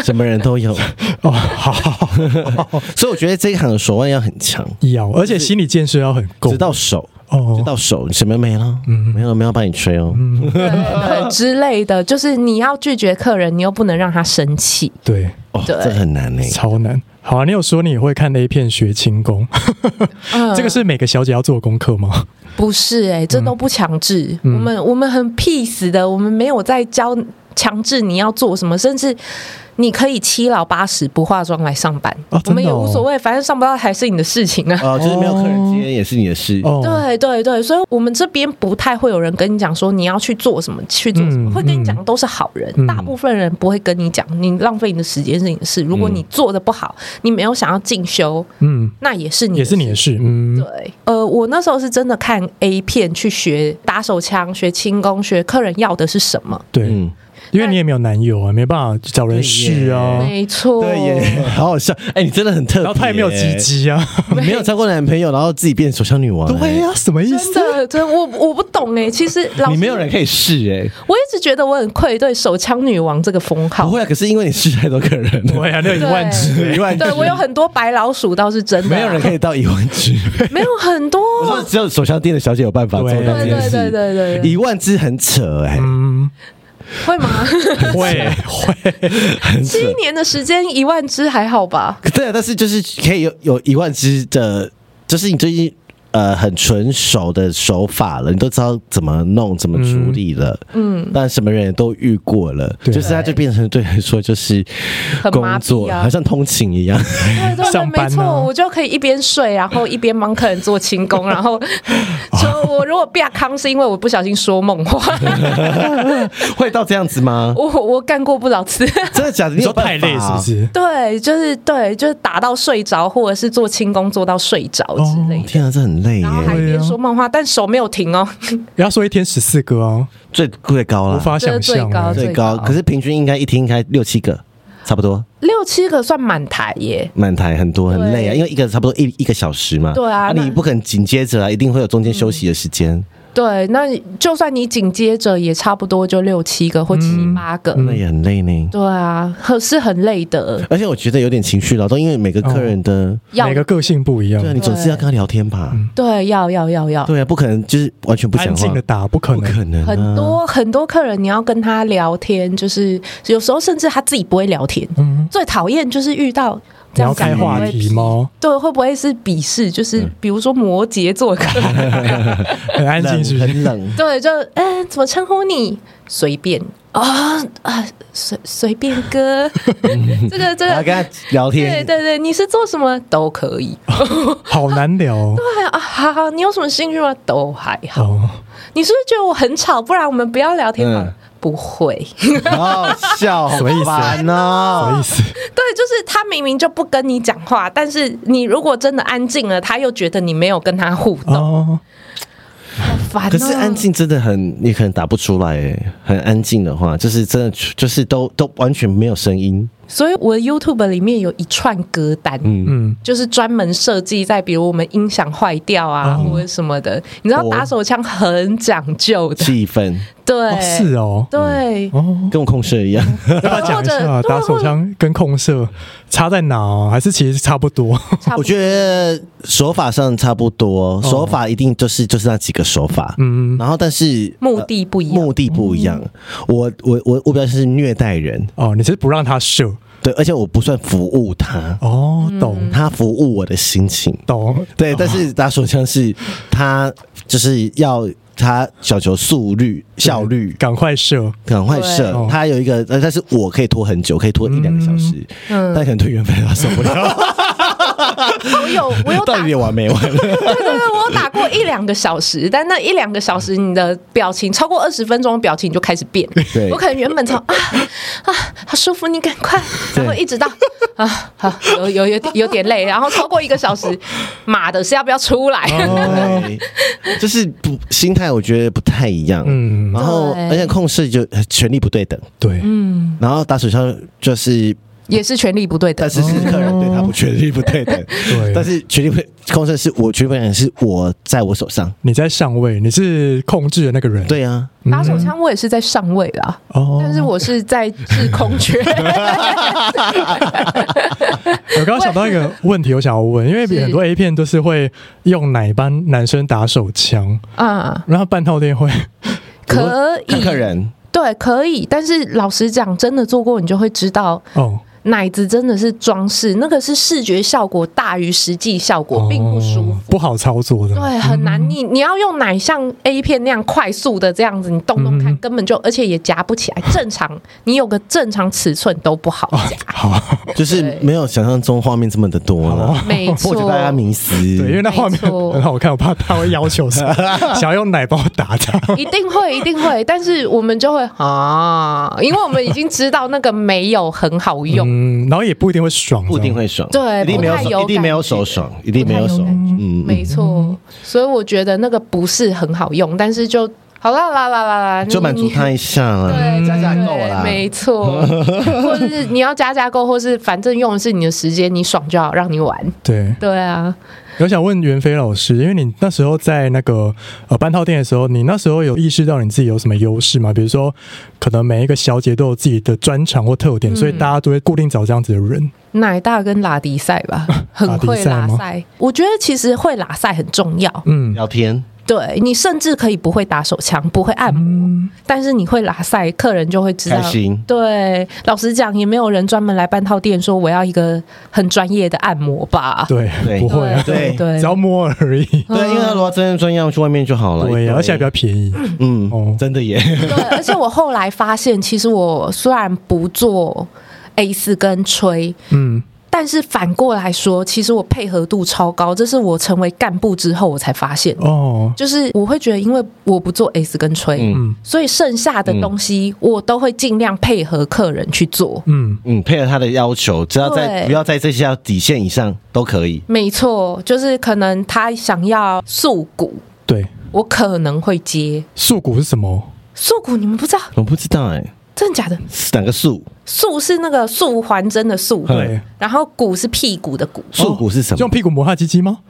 什么人都有，
哦，好好好
所以我觉得这一行的手腕要很强，
要，而且心理建设要很够
直，到手，直
哦，
到手，你什么没了，没有没有帮你吹哦。
对对之类的，就是你要拒绝客人，你又不能让他生气。
对，
哦，
对
这很难呢。
超难。好啊，你有说你也会看 A 片学轻功，
嗯
这个是每个小姐要做的功课吗？
不是哎、这都不强制。
嗯
我们我们很 peace 的，我们没有在教强制你要做什么，甚至你可以七老八十不化妆来上班，
哦真的哦
我们也无所谓，反正上不到台是你的事情啊。
哦，就是没有客人接也是你的事。
哦，
对对对，所以我们这边不太会有人跟你讲说你要去做什么，去做什么，
嗯
会跟你讲的都是好人，
嗯
大部分人不会跟你讲，你浪费你的时间是你的事。如果你做的不好，你没有想要进修，
嗯，
那也是你
也是
的事
你的事，嗯，
对，呃，我那时候是真的看 A 片去学打手枪、学轻功、学客人要的是什么。
对，
嗯，
因为你也没有男友啊，没办法找人试啊，
没错，
哦对耶，好好笑。哎，你真的很特别。哎
然后他也没有鸡，鸡啊，
你没有交过男朋友，然后自己变手枪女王。
对啊呀，什么意
真
思？
的，真的我我不懂哎。其 实老
哎，
师
你没有人，可以试哎。
我一直觉得我很愧对“手枪女王”这个封
不
号。
会啊，可是因为你试太多个人了，
对啊，那有一万只，
一万只
对，我有很多白老鼠倒是真的啊，
没有人可以到一万只。
没有很多。
我说只有手枪店的小姐有办法做到这件
对对对
事。
对对对，
一万只很扯哎，
嗯，
会吗？
会会，
很扯。
一年的时间一万只还 好吧？
对啊，但是就是可以有有一万只的，就是你最近呃很纯熟的手法了，你都知道怎么弄、怎么处理了，嗯，但什么人也都遇过了，
对
就是它就变成对来说就是
很
工
麻痹
作，
啊
好像通勤一样，
对对对，
上班
没
啊
错，我就可以一边睡，然后一边帮客人做轻功，然后说我如果变康是因为我不小心说梦话，
会到这样子吗？
我我干过不少次。
真的假的？
你
你
说
有哦
太累是不？是？
对，就是对，就是打到睡着，或者是做轻功做到睡着之
哦
类的。
天啊，这很累
然后还
耶，
一边说梦话，但手没有停哦。
人家说一天十四个哦，
最最高
无
了，
法想象啊，
这
最
最高
高，可是平均应该一天应该六七个。差不多
六七个算满台耶，
满台很多很
对
累啊，因为一个差不多一一个小时嘛。
对啊那嗯
你不可能紧接着啊，一定会有中间休息的时间。
对，那就算你紧接着也差不多就六七个或七八个，
嗯
那也很累呢。
对啊，可是很累的。
而且我觉得有点情绪劳动，因为每个客人的，
要
每个个性不一样
对啊，，你总是要跟他聊天吧？
对要要要要，
对啊，不可能就是完全不
嗯安
讲
静
话
的，打不可
不
能，
可能啊
很。多很多客人，你要跟他聊天，就是有时候甚至他自己不会聊天。
嗯
最讨厌就是遇到
你
这
要
样讲
开话
会不会
题嗯吗？
对，会不会是鄙视？就是比如说摩羯座的 客人，
很安静
冷
是不是？
很冷，
对，就嗯、怎么称呼你？随便啊啊，随随便 哥，这个这
然后
个。
跟他聊
对
天，
对对，你是做什么都可以。
好难聊哦
对啊，好好，你有什么兴趣吗？都还好。
哦，
你是不是觉得我很吵？不然我们不要聊天吧？
嗯
不会。
好好哦笑，什
么意思啊什么
哦
呢
意？思？
对，就是他明明就不跟你讲话，但是你如果真的安静了，他又觉得你没有跟他互动，
哦，
好烦、哦。
可是安，静真的很，你可能打不出来欸。很安静的话，就是真的就是都都完全没有声音，
所以我的 YouTube 里面有一串歌单，
嗯，
就是专门设计在比如我们音响坏掉啊、
哦
或者什么的，你知道
哦
打手枪很讲究的，
气 氛
对，
哦是哦，
对。
哦，
跟我控射一样，
要不要讲一下
或者对
打手枪跟控射差在哪哦？还是其实差不多？
差不
我
多哦
觉得手法上差不多，手法一定就是就是那几个手法，
嗯，
然后但是呃
目的不一样嗯
目的不一样。我我我我表现是虐待人，
哦，你是不让他射
对，而且我不算服务他，
哦，
嗯
懂
他服务我的心情。
懂，
对，
哦
但是打手枪是他就是要他讲求速率、效率，
赶快射，
赶快射
哦
对。
他有一个，呃但是我可以拖很久，可以拖一两个小时，
嗯
但可能对原粉他受不了。
我有 我 有
到
打
底有完没完？
对对对，我有打过一两个小时，但那一两个小时，你的表情超过二十分钟，的表情就开始变。
对
我可能原本从啊啊好舒服，你赶快，然后一直到啊好有有有有点累，然后超过一个小时，妈的是要不要出来？
哦对，就是不心态，我觉得不太一样。
嗯，
然后，
对
而且控制就呃权力不对等，
对，
嗯
然后打手枪就是，
也是权力不对等
但。是是客人对他不权力不对等，
哦对
但是权力不控制是我权力不对等是我在我手上，
你在上位，你是控制的那个人，，
对啊，
打手枪我也是在上位啦，
哦，
但是我是在制 空缺。
我刚刚想到一个问题，我想要问，因为
是
很多 A 片都是会用奶帮男生打手枪，
啊，
然后半套恋 会，
可
看
以，
客人
对，可以。但是老实讲，真的做过，你就会知道，
哦，
奶子真的是装饰，那个是视觉效果大于实际效果，并不舒服
哦。不好操作的，
对，很
嗯
难。你你要用奶像 A 片那样快速的这样子，你动动
嗯
看，根本就而且也夹不起来。正常，你有个正常尺寸都不
哦
好夹。
好，
就是没有想象中画面这么的多了，
没
破
错
解，大家迷思，
哦对，因为那画面
没错
很好看，我怕他会要求 是想要用奶帮我打他，
一定 会，一定会。但是我们就会啊，因为我们已经知道那个没 有很好用。
嗯，然后也不一定会爽，
不一定会爽，
对
一定没
不太有
爽，一定没有手
感觉
爽，一定没有
不太有
手，
感觉
嗯，
没错，所以我觉得那个不是很好用，但是就好啦啦啦啦啦，
嗯就满足
你
他一下啦，
对，
加价够
对
啦，
没 错，或者是你要加价购，或是反正用的是你的时间，你爽就好，让你玩。
对。
对啊，
我想问袁飞老师，因为你那时候在那个呃半套店的时候，你那时候有意识到你自己有什么优势吗？比如说，可能每一个小姐都有自己的专长或特点，
嗯
所以大家都会固定找这样子的人。
奶大跟拉迪赛 吧，很会
拉
拉
迪赛
赛。我觉得其实会拉赛很重要，
嗯，
聊天，
对你甚至可以不会打手枪，不会按摩，但是你会拉赛，客人就会知道
开。心
对，老实讲，也没有人专门来半套店说我要一个很专业的按摩吧。
对，
对
不会啊，
对
对
只要摸而已。
嗯
对，因为他如果真的专业，去外面就好了，
对
一
呀，
堆
而且还比较便宜。
嗯
哦，
真的耶，
对，而且我后来发现，其实我虽然不做 A 四跟吹，
嗯，
但是反过来说，其实我配合度超高，这是我成为干部之后我才发现的。
哦，
就是我会觉得，因为我不做 S 跟吹，
嗯
所以剩下的东西我都会尽量配合客人去做。
嗯，
嗯，配合他的要求，只要在
对
不要在这些底线以上都可以，
没错，就是可能他想要素骨，
对，
我可能会接
素骨是什么？
素骨，你们不知道
我不知道哎，
真的假的？
是哪个素
素是那个素还真的素，
嗯
对，
然后骨是屁股的骨。
素骨是什么
用？屁股摩擦鸡鸡吗？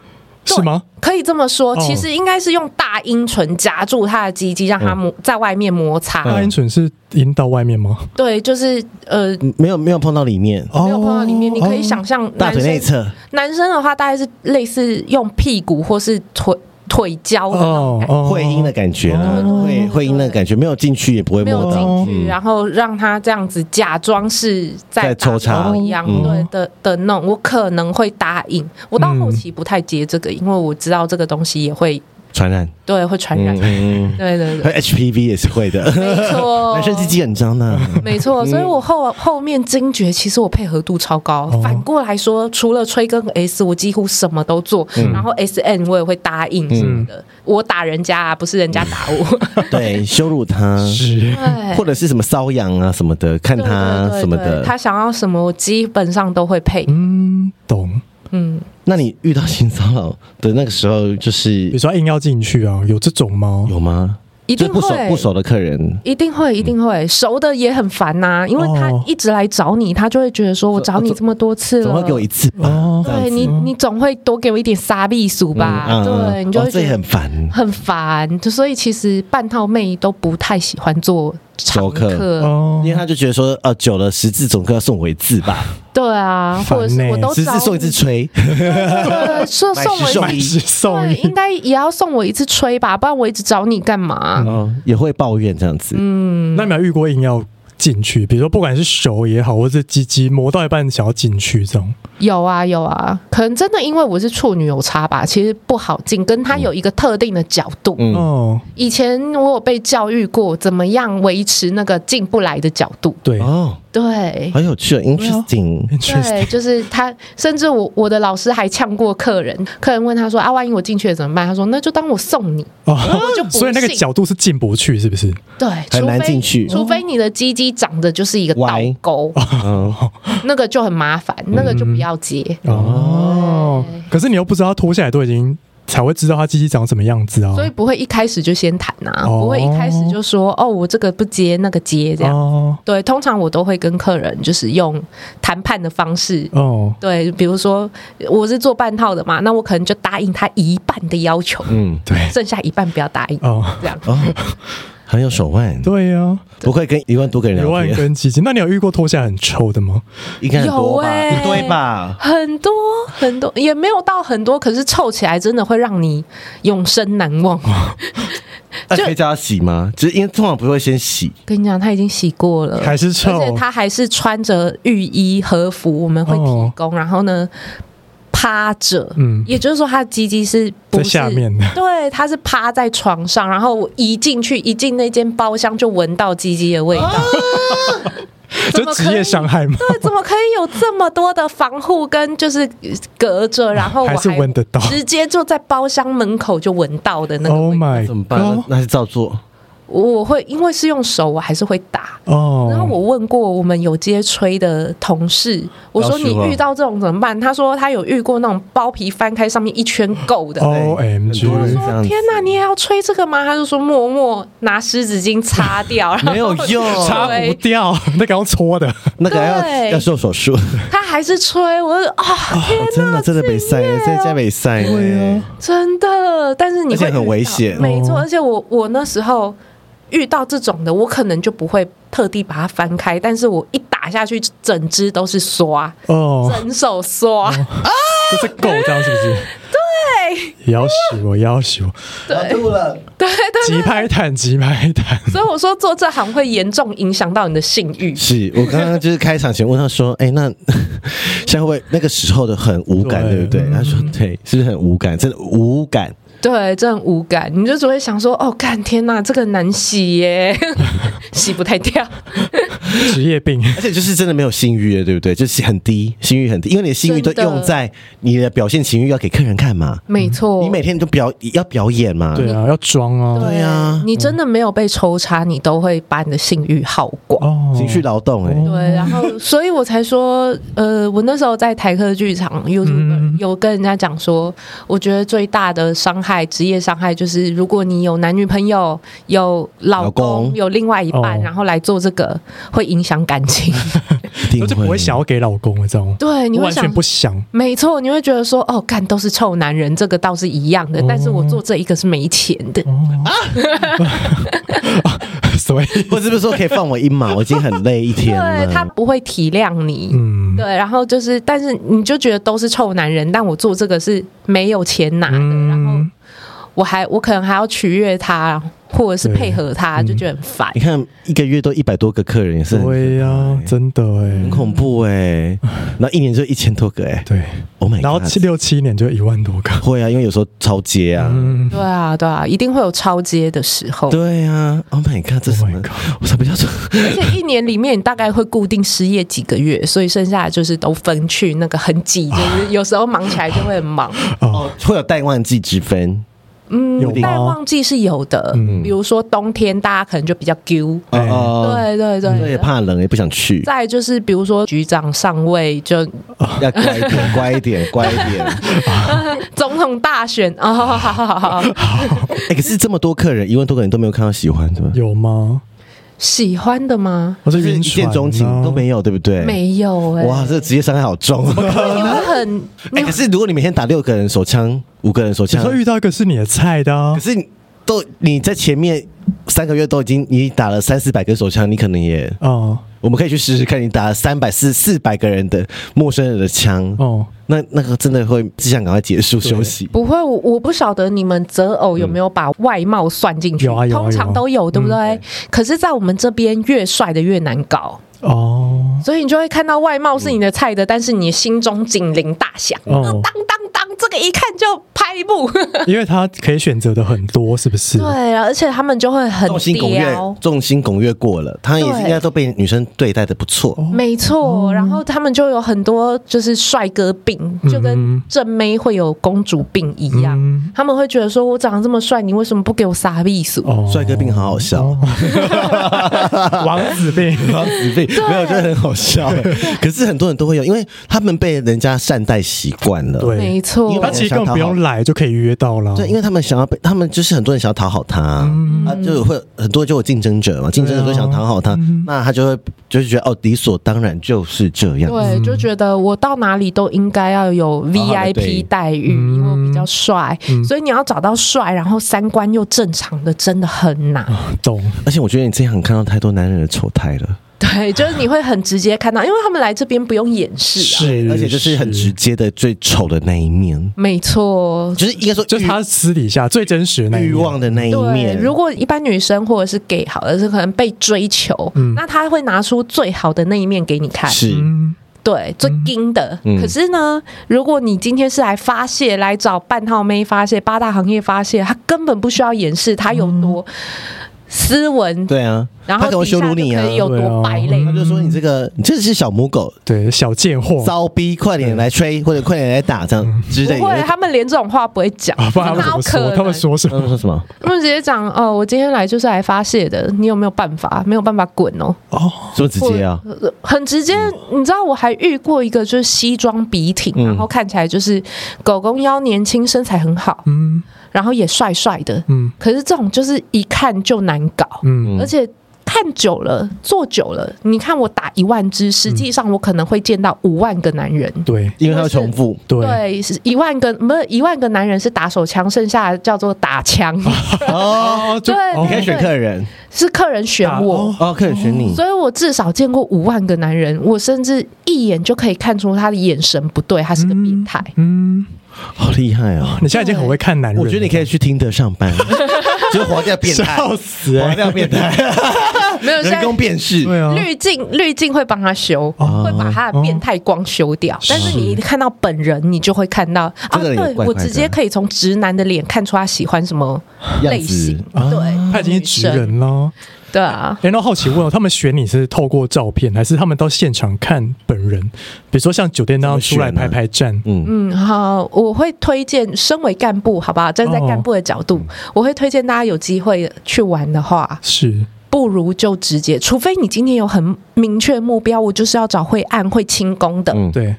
对
是吗？
可以这么说，
哦
其实应该是用大阴唇夹住他的鸡鸡，让
嗯
他摩在外面摩擦。
大阴唇是阴道外面吗？
对，就是呃，
嗯没有没有碰到里面，
哦
没有碰到里面，你可以想象
哦大
男
腿
生
内侧，
男生的话，大概是类似用屁股或是腿腿胶的那种感觉。
会阴的感觉啦，
哦
会会阴的感觉，没有进去也不会
没有
摸到，
进去，啊然后让他这样子假装是在
哦在抽插
打球一样，
嗯
对的的弄，我可能会答应。我到后
嗯
期不太接这个，因为我知道这个东西也会
传染，
对会传染
嗯，嗯，
对 对
和
对，
HPV 也是会的，
哎没错，
男生鸡鸡很脏啊的，
没错，
嗯
所以我后后面惊觉，其实我配合度超高。
哦
反过来说，除了吹跟 S，我几乎什么都做，
嗯
然后 S N 我也会答应什么的。我打人家、啊，不是人家 打我。
对，羞辱他，
哦是
或
对。
者是什么瘙痒啊什么的，看
对
他
对对
什么
对
的。
他想要什么，我基本上都会配。
嗯，懂。
嗯，
那你遇到性骚扰的那个时候，就是
比如说硬要进去啊，有这种吗？
有吗？
一
就
定
是不熟
会
不熟嗯的客人，
一定会，一定会，熟的也很烦呐、因为他
哦
一直来找你，他就会觉得说我找你
总
这么多次
总
了
会，给我一次吧。
哦
这样
啊对
子
你，你总会多给我一点傻避暑吧，
嗯嗯
对
嗯
你就
哦
会
这
觉
也
得
很烦。
很烦。就所以其实半套妹都不太喜欢做常
熟客
客，
哦
因为他就觉得说，呃，久了十字总归要送我一字吧，
对啊，
烦
或者是
欸
我都
十
找
字送一次吹，
呃，说
买
送
十
我
送
一次，
买十送
对，
一
应，该也要送我一次吹吧，不然我一直找你干嘛？
哦，也会抱怨这样子。
嗯
那你们有遇过硬要进去，比如说不管是手也好，或者是鸡鸡磨到一半想要进去这种，
有啊有啊，可能真的因为我是处女有差吧，其实不好进，跟他有一个特定的角度。
嗯
哦，
以前我有被教育过，怎么样维持那个进不来的角度。
对
哦，
对。
好有趣哦，interesting。
，interesting，
对，就是他，甚至我我的老师还呛过客人，客人问他说啊，万一我进去了怎么办？他说那就当我送你。
哦，
就 不
所以那个
信
角度是进不去，是不是？
对，
很
除
难
非
进去
除非你的鸡鸡长得就是一个倒
歪
钩，
嗯，
那个就很麻烦，那个就不要接。
哦，可是你又不知道脱下来都已经才会知道它鸡鸡长什么样子啊，
所以不会一开始就先谈呐、
哦
不会一开始就说哦，我这个不接，那个接这样。
哦
对，通常我都会跟客人就是用谈判的方式。
哦，
对，比如说我是做半套的嘛，那我可能就答应他一半的要求，
嗯，
对，
剩下一半不要答应，
哦，
这样。
哦，很有手腕，
对呀，
不会跟一万多个人
一
啊
聊
万
天，
根鸡鸡，那你有遇过脱下来很臭的吗？
应该很多吧，
有欸
一堆吧。
很多很多也没有到很多，可是凑起来真的会让你永生难忘。
那
就
可以叫他洗吗？就是因为通常不会先洗，
跟你讲，他已经洗过了，
还是
而且
臭？
他还是穿着浴衣和服，我们会提供，然后呢趴着，
嗯
也就是说他的鸡鸡是不
在
是
下？ 面的，
对，他是趴在床上，然后我一进去，一进那间包厢就闻到鸡鸡的味道。怎
就
么可
职
以
业伤害吗？
啊对，怎么可以有这么多的防护跟就是隔着，然后我
还是闻得到
直接就在包厢门口就闻到的那个
？Oh
味道。
my
怎么办？那
哦
god！
那是照做。
我会因为是用手，我还是会打。
哦，
然后我问过我们有接吹的同事，我说
老鼠
你
啊
遇到这种怎么办？他说他有遇过那种包皮翻开上面一圈垢的。
O M G，
很多人哦这样子
天哪，你也要吹这个吗？他就说默默拿湿纸巾擦掉，然后
没有 用，
擦不掉，那个要搓的，
那个要
对
要做手术。
他还是吹。我就啊、
哦真的真的没塞，在家没塞，对
啊
真的，但是你
而且
会
很
遇到
危险
没错，
哦
而且我我那时候遇到这种的，我可能就不会特地把它翻开，但是我一打下去，整只都是刷，
哦，
整手刷。
哦
就是够这样，是不 是？对，要死我，要死我，
啊，吐了，
对对
急拍弹，急拍弹，
所以我说做这行会严重影响到你的性欲。
是我刚刚就是开场前问他说：“哎、那 现在会那个时候的很无感，对
对嗯
不对？”他说：“对，是不是很无感？真的无感。
对，这很无感，你就只会想说，哦，干天呐，这个难洗耶， 洗不太掉。
职 业病，
而且就是真的没有性欲了，对不对？就是很低，性欲很低，因为你的性欲都
真的
用在你的表现情欲要给客人看嘛，
没错，
你每天都表要表演嘛，
对啊，要装啊，
对啊
你真的没有被抽查，你都会把你的性欲耗光。
哦，
情绪劳动、哎、
对，然 后所以我才说，呃，我那时候在台客剧场
嗯
YouTube 有跟人家讲说，我觉得最大的伤害，职业伤害就是，如果你有男女朋友、有老公、
老公
有另外一半，
哦
然后来做这个，会影响感情。
哦一定
我就不会想要给老公，你知道吗？
对，你
我
会
完
想
全不想，
没错，你会觉得说，哦，干都是臭男人，这个倒是一
哦
样的，但是我做这一个是没钱的，
所 以，
或是不是说可以放我一马？我已经很累一天
对他
了。
不会体谅你。
嗯，
对，然后就是，但是你就觉得都是臭男人，但我做这个是没有钱拿的，
嗯
然后我还我可能还要取悦他，或者是配合他，
嗯
就觉得很烦
你。看一个月都一百多个客人，也是很
对啊呀，真的哎
很，恐怖哎、然后一年就一千多个哎、
对，
o h my god！
然后七六七年就一万多个，
会啊，因为有时候超接啊，
嗯，
对啊，对啊，一定会有超接的时候，
对啊，Oh my god，这是什
Oh my
么
god
我才不要做，
而且一年里面你大概会固定失业几个月，所以剩下的就是都分去
啊
那个很挤，就是有时候忙起来就会很忙。
哦，会有淡旺季之分。
嗯
有吗，嗯
淡旺季是有的，比如说冬天大家可能就比较揪，
哦
哎
哦，
对对
对，也
对。
怕冷，也不想去，
再就是比如说局长上位，就
要乖一点，乖一点，乖一点。
总统大选哦，好好好好好，
哎，可是这么多客人，一万多个人都没有看到喜欢的吗？
有吗？
喜欢的吗？
我
就是是
晕
一
船
见
啊
钟情都没有，对不对？
没有哎、
哇，这职业伤害好重。啊
你会很
哎，可是如果你每天打六个人手枪，五个人手
有
枪
时候，遇到一个是你的菜的啊
可，是你都你在前面三个月都已经你打了三四百根手枪，你可能也，
哦
我们可以去试试看，你打三百四四百个人的陌生人的枪，
哦，
那那个真的会只想赶快结束休息。
不会，我我不晓得你们择偶有没有把外貌算进去，
有啊有啊嗯
通常都有，对不对？可是，在我们这边，越帅的越难搞，
哦，
所以你就会看到外貌是你的菜的，但是你心中警铃大响，
嗯哦
呃当当当，这个一看就拍不。
因为他可以选择的很多，是不是？
对啊，而且他们就会很啊
众星拱月
刁，，
众星拱月过了，他也是
对
应该都被女生对待的不错。
没错。然后他们就有很多就是帅哥病，就跟正妹会有公主病一样，
嗯
他们会觉得说我长得这么帅，你为什么不给我撒秘书？
哦，
帅哥病好好笑，
哦，王子病，
王子病没有，真的很好笑。可是很多人都会有，因为他们被人家善待习惯了。
对
没，错
因为，
他其实根本不用来就可以约到了，
哦
对，因为他们想要被，他们就是很多人想要讨好他，
嗯
啊，就会很多就有竞争
啊
者嘛，竞争者都想讨好他，
嗯
那他就会就是觉得哦，理所当然就是这样。
对，就觉得我到哪里都应该要
好
有
好地对
VIP 待遇，因为我比较帅，所以你要找到帅，然后三观又正常的，真的很难。
懂
而且我觉得你这样看到太多男人的丑态了，
对，就是你会很直接看到，因为他们来这边不用掩饰啊。
是，
而且就是很直，接的最丑的那一面，
没错，
就是应该说
就是他私底下最真实的那一
欲欲
面
望的那一
对，
面。
如果一般女生或者是 gay 好的是可能被追求，那她会拿出最好的那一面给你看，
是
嗯
对，最硬的。可是呢，如果你今天是来发泄，来找半套妹发泄、八大行业发泄，她根本不需要掩饰她有多
嗯
斯文，
对啊，
嗯然
他可
后
能
底下
羞辱
就
你啊
可以，有嗯
对啊
多败类。
他就说你这个你这是小母狗，
对，小贱货
骚逼，快点来吹或者快点来打这样之类
嗯不会，
的。
他们连这种话不会讲，
啊，不然他们
哪
怎
有
么说？
可能？
他们说什
他们
么？
说什么？
他们直接讲哦，我今天来就是来发泄的，你有没有办法？没有办法滚哦，
哦，
这么直接啊？
呃很直接。
嗯
你知道我还遇过一个就是西装笔挺，
嗯
然后看起来就是狗公腰，年轻，身材很好，
嗯
然后也帅帅的。
嗯
可是这种就是一看就难搞，
嗯，
而且。看久了，做久了，你看我打一万
嗯
只，实际上我可能会见到五万个男人。
对
因为他会重复，
对，
对，是一万个，不是一万个男人是打手枪，剩下的叫做打枪，
哦，就
对
你可以选客人
是客人选
打
我。
哦
哦，客人选你。
所以我至少见过五万个男人，我甚至一眼就可以看出他的眼神不对，他是个变态。
嗯，
好厉害啊！
哦你现在已经很会看男人
我
了，
觉得你可以去听的上 班，就是划掉变态，
笑死欸
划掉变态，
没有现
嗯人
在
工辨识。
对啊，
滤镜，滤镜会帮他修，
哦
会把他的变态光修掉。但是你一看到本人，你就会看到啊，
哦这个人也
对
怪
我
怪的
直接可以从直男的脸看出他喜欢什么类型。
啊
对，
他已经是直
女生，
人了。
对啊。
哎，那我好奇问哦，他们选你是透过照片，还是他们到现场看本人？比如说像酒店那样出来
怎么选
排
呢
排站，
嗯，
嗯，好，我会推荐，身为干部，好不好？站在
哦
干部的角度，我会推荐大家有机会去玩的话，
是
不如就直接，除非你今天有很明确目标，我就是要找会按会轻功的，
嗯
对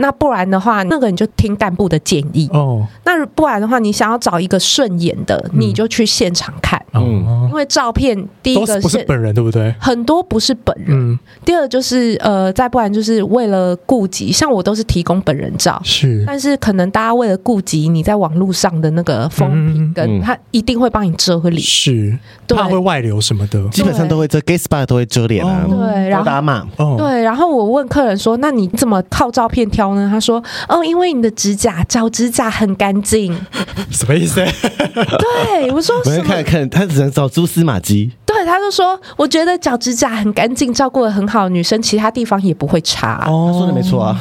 那不然的话，那个你就听干部的建议。
哦，
那不然的话，你想要找一个顺眼的，
嗯
你就去现场看，
哦
嗯
因，为照片第一
都是
个
不是
是
本人对不对？
很多不是本人，
嗯，
第二就是呃，再不然就是为了顾及，像我都是提供本人照。
是
但是可能大家为了顾及你在网络上的那个风
嗯
评，
嗯
跟他一定会帮你遮理，
是，
对
怕会外流什么的。
基本上都会遮 gay spa 都会遮脸啊，
哦
对，然
高
后
打码。
哦，
对，然后我问客人说：“那你怎么靠照片挑呢？”他说：“哦，因为你的指甲脚指甲很干 净。
什么意思？
对”我说
我
什
要
么
看？看，他只能找蛛丝马迹。
对，他就说：“我觉得脚指甲很干净，照顾的很好，女生其他地方也不会差。
他说的没错啊，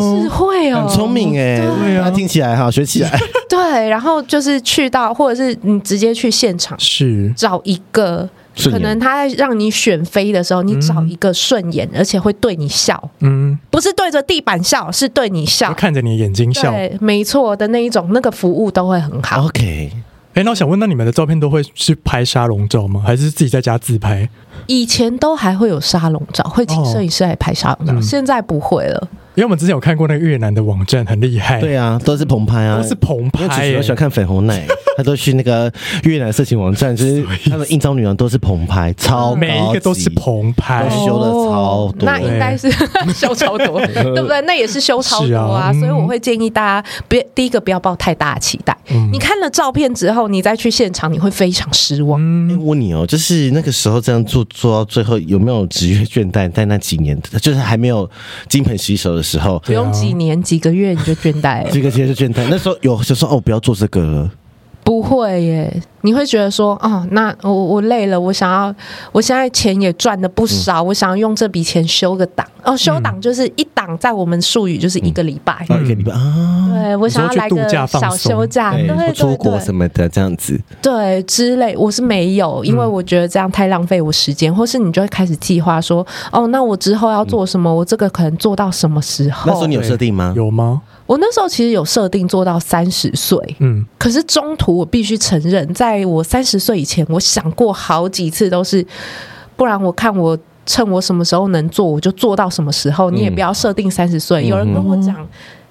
智慧哦，
很聪明哎，
对啊
他听起来哈，学起 来。
对，然后就是去到，或者是你直接去现场
是
找一个，
顺
可
眼嗯
能他在让你选妃的时候，你找一个顺眼，而且会对你笑，
嗯，
不是对着地板笑，是对你
就
笑。
看着你的眼睛笑，
对，没错的那一种，那个服务都会很好。
啊 OK，
哎，那我想问，那你们的照片都会是拍沙龙照吗？还是自己在家自拍？
以前都还会有沙龙照，会请
哦
摄影师来拍沙龙照，
嗯
现在不会了。
因为我们之前有看过那个越南的网站，很厉害，
对啊，都是澎湃啊，
哎都是澎湃
因为主持
耶
人喜欢看粉红 奶，他都去那个越南色情网站，就是他们应招女郎都是澎湃，超高级
每一个都是澎湃
都。是修了超多
那应 该是修超多，对不对？那也是修超
是
多啊，
啊嗯
所以我会建议大家别第一个不要抱太大的期待。
嗯
你看了照片之后，你再去现场，你会非常失望。
嗯啊
哎问你哦，就是那个时候这样做做到最后，有没有职业倦怠？在那几年，就是还没有金盆洗手的时候，
不用几年、几个月你就倦怠了，
这个职业倦怠。那时候有就说哦，不要做这个了。
不会耶。你会觉得说，哦，那我我累了，我想要，我现在钱也赚的不少，
嗯
我想要用这笔钱修个档。哦，修档就是一档，在我们术语就是一个礼拜。
嗯
然后一个礼拜啊，
对，我想要来
你说去
个
度假放
小
松
休假，对
对，
啊对
或
对，
出国什么的这样子，
对之类，我是没有，因
嗯
为我觉得这样太浪费我时间，或是你就会开始计划说，哦，那我之后要做什么？我这个可能做到什么时候？
嗯那时候你有设定吗？
哦有吗？
我那时候其实有设定做到三十岁，
嗯，
可是中途我必须承认，在我三十岁以前，我想过好几次都是，不然我看我。趁我什么时候能做，我就做到什么时
嗯
候。你也不要设定三十岁。有人跟我讲，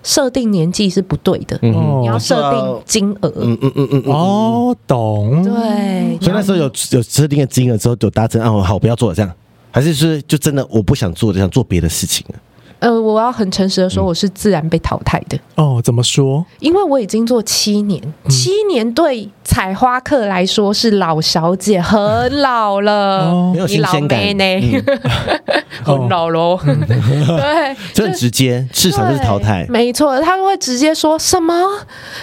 设定年纪是不对的，
嗯
哦
你要设定
哦
金额。
嗯嗯嗯嗯嗯。
哦，懂。
对，
嗯
所以那时候有有设定个金额之后，有达成啊，我好，我不要做了这样，还是是就真的我不想做，想做别的事情了。
呃，我要很诚实的说，我是自然被淘汰的，
哦，怎么说？
因为我已经做七年，
嗯
七年对采花客来说是老小姐，很老了，
哦
没有
你
新
老
鲜感
妹呢，很老
哦
喽，对。
就很直接，市场就是淘汰
对。没错，他会直接说什么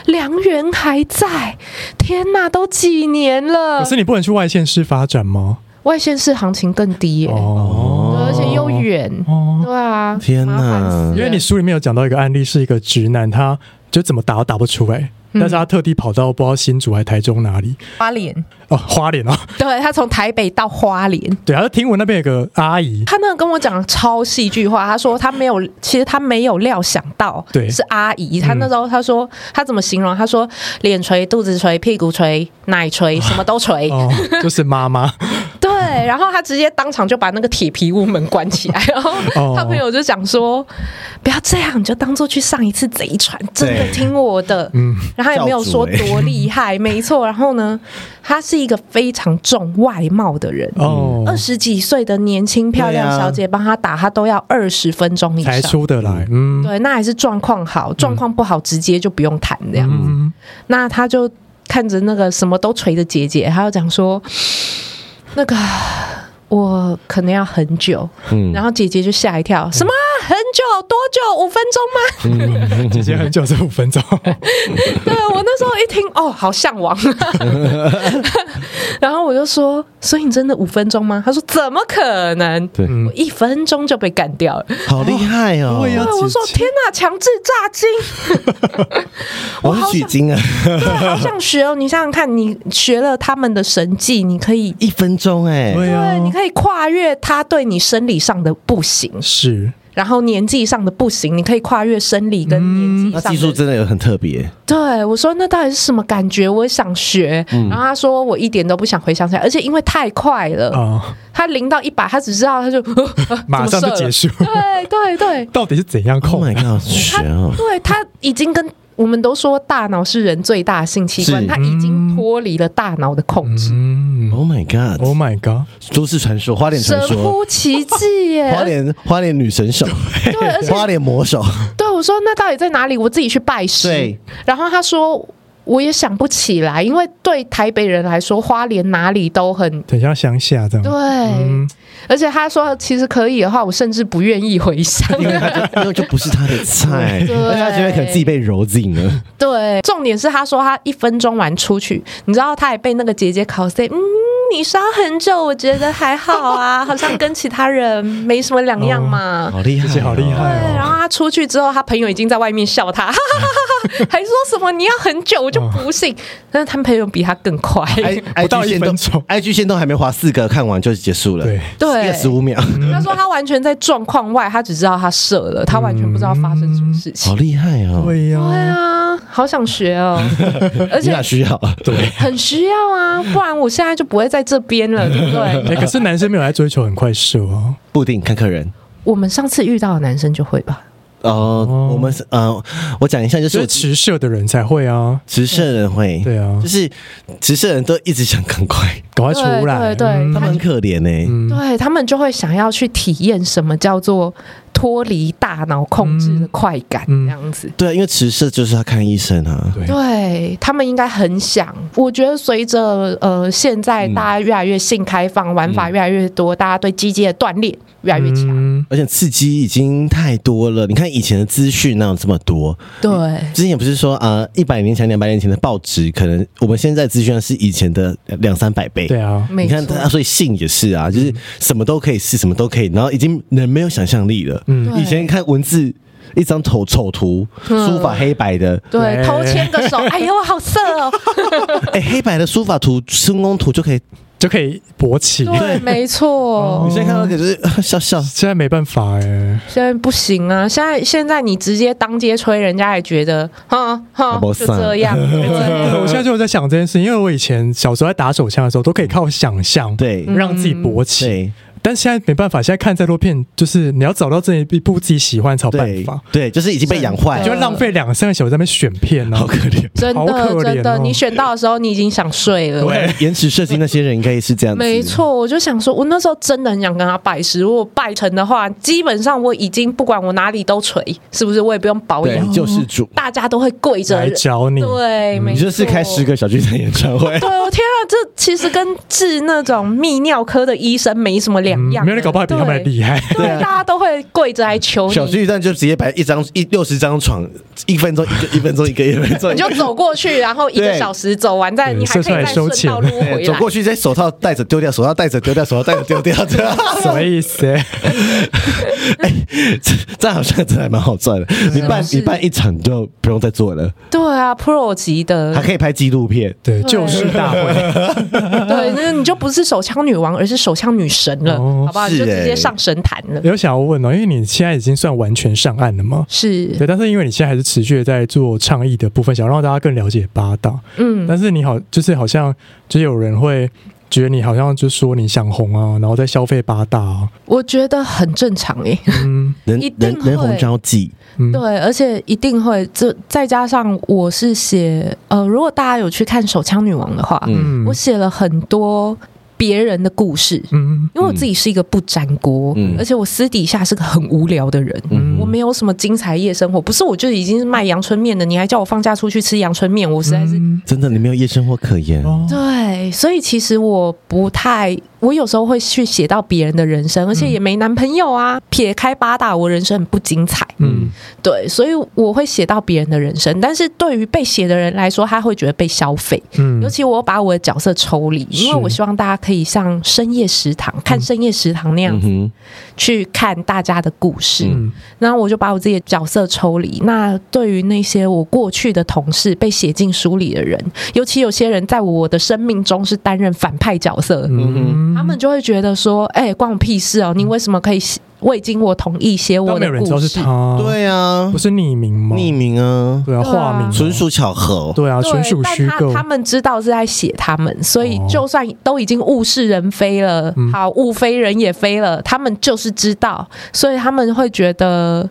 良缘还在，天哪，都几年了
可，是你不能去外县市发展吗？
外县市行情更低耶、对
哦，
而且又远，
哦，
对啊，
天哪
麻烦死了
因为你书里面有讲到一个案例，是一个直男，他就怎么打都打不出来，
嗯
但是他特地跑到不知道新竹还台中哪里
花莲，
哦，花莲哦，
对他从台北到花莲，
对，他就听闻那边有个阿姨，
他那个跟我讲超戏剧化，他说他没有，其实他没有料想到，
对嗯
是阿姨。他那时候他说、他怎么形容？他说脸垂、肚子垂、屁股垂、奶垂，什么都垂。
哦，就是妈妈，
对，然后他直接当场就把那个铁皮屋门关起来。然后
哦
他朋友就讲说：“不要这样，你就当做去上一次贼船，真的
对
听我的。”嗯，然后也没有说
教主欸
多厉害，没错。然后呢，他是一个非常重外貌的人。
嗯
哦，啊
二十几岁的年轻漂亮小姐帮他打，他都要二十分钟以
才
上。
出得来，嗯，
对，那还是状况好，状况不好直接就不用谈这样。
嗯，
那他就看着那个什么都垂的姐姐，他就讲说，那个我可能要很久。
嗯
然后姐姐就吓一
嗯
跳，什么很久多久？五分 钟吗？
姐姐很久，这五分钟，
对啊我那时候一听，哦，好向 往。然后我就说，所以你真的五分钟吗？他说怎么可能？
对，
我一分钟就被干掉了。
好厉害哦！
对呀
对，我说
嗯姐姐
天哪，强制炸金，
我是取经啊，
对，好想学哦！你想想看，你学了他们的神技，你可以，
一分钟哎，
对啊
对，，你可以跨越他对你生理上的不行，
是，
然后年纪上的不行，你可以跨越生理
嗯
跟年纪
那
上
技术
的。
真的有很特别，
对，我说那到底是什么感觉？我也想学。
嗯
然后他说我一点都不想回想起来，而且因为太快了，
啊，
他零到一百，他只知道他就、 呃呃
马上就结。束，
怎么射了对对对，
到底是怎样
Oh
控
my？god，学哦，
对他已经跟我们都说大脑是人最大的性器官，
是
他已经脱离了大脑的控制，
嗯
Oh my
，Oh
god，
my god，
都市传说，花莲传
神
说，
乎其技耶！
花莲花莲女神手，
对，而且
花莲魔手，
对我说那到底在哪里？我自己去拜师
对。
然后他说。我也想不起来，因为对台北人来说，花莲哪里都很
等一下乡下这样，
对，
嗯
而且他说其实可以的话，我甚至不愿意 回乡。
因为他就因为就不是他的菜，
对
而且他觉得可能自己被揉进了，
对，重点是他说他一分钟完出去，你知道他也被那个姐姐考 C，嗯，你烧很久，我觉得还好啊，好像跟其他人没什么两样嘛。
好厉害、哦，
自己好厉害
对，然后他出去之后，他朋友已经在外面笑他，哈 哈哈哈还说什么你要很久，我就不
哦
信。但是他朋友比他更快，
！I
不
哎 I
到
G
一
线
分
动
钟
，I G 线动还没划四个，看完就结束了，
对，
对，
十五 秒，
他说他完全在状况外，他只知道他射了，他完全不知道发生什么事
嗯
情。
好厉害哦！
对呀、
对啊，好想学哦， 而
你
且
俩需要对
很需要啊，不然我现在就不会在这边 了，对不
哎、
对？
可是男生没有来追求很快射哦，
布丁看客人
我们上次遇到的男生就会吧，
哦。我们是呃，我讲一下，就
就是是持射的人才会啊。
直射人会，
对啊
就是直射人都一直想赶快，
赶快出来，
对对对
嗯
他们很可怜哎、
对他们就会想要去体验什么叫做脱离大脑控制的快感，
嗯嗯
这样子。
对啊，因为直射就是要看医生啊。
嗯对
对他们应该很想，我觉得随着呃现在大家越来越性开放，玩法越来越多，大家对机械的锻炼越来越强，
嗯，
而且刺激已经太多了，你看以前的资讯哪有这么多？
对。
之前不是说呃，一百年前、两百年前的报纸，可能我们现在资讯量是以前的两三百倍。
对啊，
没
你看，
错嗯
啊，所以性也是啊，就是什么都可以是，什么都可以，然后已经人没有想象力了。
嗯
对
以前看文字一张丑丑图，
嗯
书法黑白的，
对，
对
偷牵个手，哎呦，好色哦！
哎、黑白的书法图、春宫图就可以。
就可以勃起。
对，哦没错
你，现在看到可是 笑笑，
现在没办法哎、
现在不行啊！现在现在你直接当街吹，人家也觉得，哼哼，
没事
就这样，对
对，我现在就有在想这件事，因为我以前小时候在打手枪的时候，都可以靠想象，，
对、
让自己勃起。
对
但现在没办法，现在看再多片，就是你要找到这一步自己喜欢才有办
对
法，
对，就是已经被养坏
你就
了，
会浪费两三个小时在那边选片呢、
好可怜。
真
好可
的
怜
真的，
哦
你选到的时候，你已经想睡了。
对，延迟射精那些人应该也是这样子，
没。错，我就想说，我那时候真的很想跟他拜师。如果拜成的话，基本上我已经不管我哪里都垂，是不是？我也不用保
对
养，，
救世主，
大家都会跪着
来。找你。
对，没
你
错。
就是开十个小巨蛋演唱会
对，，我天啊，这其实跟治那种泌尿科的医生没什么两样、
没有你搞不好比嗯他们还
对
厉害。
对，
对啊
大家都会跪着来求
小
你，
巨蛋就直接摆一张一六十张床，一分钟一个，一分钟一个，一分钟一
你
个
就走过去，然后一个
对
小时走完，再
对
你还可以
射出来
再顺
收钱
道路回来。
哎走过去，这手套戴着丢掉，手套戴着丢掉，手套戴着丢掉，这样
什么意思、
这样好像真的还蛮好赚的。你办
是
你办一场就不用再做了，
对啊，Pro 级的
还，可以拍纪录片。
对，就是大会，
对，那你就不是手枪女王，而是手枪女神了，
哦
好不好？你
是
就直接
欸
上神坛 了。
有想要问哦，因为你现在已经算完全上岸了嘛？
是，
对，但是因为你现在还是持续地在做倡议的部分，想让大家更了解八大。
嗯，
但是你好，就是好像就是有人会觉得你好像就说你想红啊，然后在消费八大啊，
我觉得很正常诶、
嗯，
人
一定
人
会
人红招忌，
嗯
对，而且一定会，这再加上我是写，呃，如果大家有去看《手枪女王》的话，
嗯，
嗯
我写了很多别人的故事，
嗯
因为我自己是一个不沾锅，
嗯
而且我私底下是个很无聊的人。
嗯
我没有什么精彩夜生活，不是我就已经是卖阳春面的，你还叫我放假出去吃阳春面，我实在是、嗯
嗯
真的你没有夜生活可言。
哦，
对，所以其实我不太，我有时候会去写到别人的人生，而且也没男朋友啊。撇开八大，我人生很不精彩，
嗯
对，所以我会写到别人的人生，但是对于被写的人来说，他会觉得被消费。
嗯
尤其我把我的角色抽离，因为
是
我希望大家可以像深夜食堂看深夜食堂那样
嗯
子
哼，
去看大家的故事。
嗯
然后我就把我自己的角色抽离。那对于那些我过去的同事被写进书里的人，尤其有些人在我的生命中是担任反派角色，
嗯
他们就会觉得说：“哎、关我屁事哦！你为什么可以写未经我同意写
但
我
没
的
有人知道
故
是
事？”
他，，
对啊
不，是匿名吗？
匿名啊，
对啊，
对啊
化名啊
纯属巧合。
对啊，
对
纯属
但
虚
他
构。
他们知道是在写他们，所以
哦
就算都已经物是人非了，
嗯
好物非人也非了，他们就是知道，所以他们会觉得，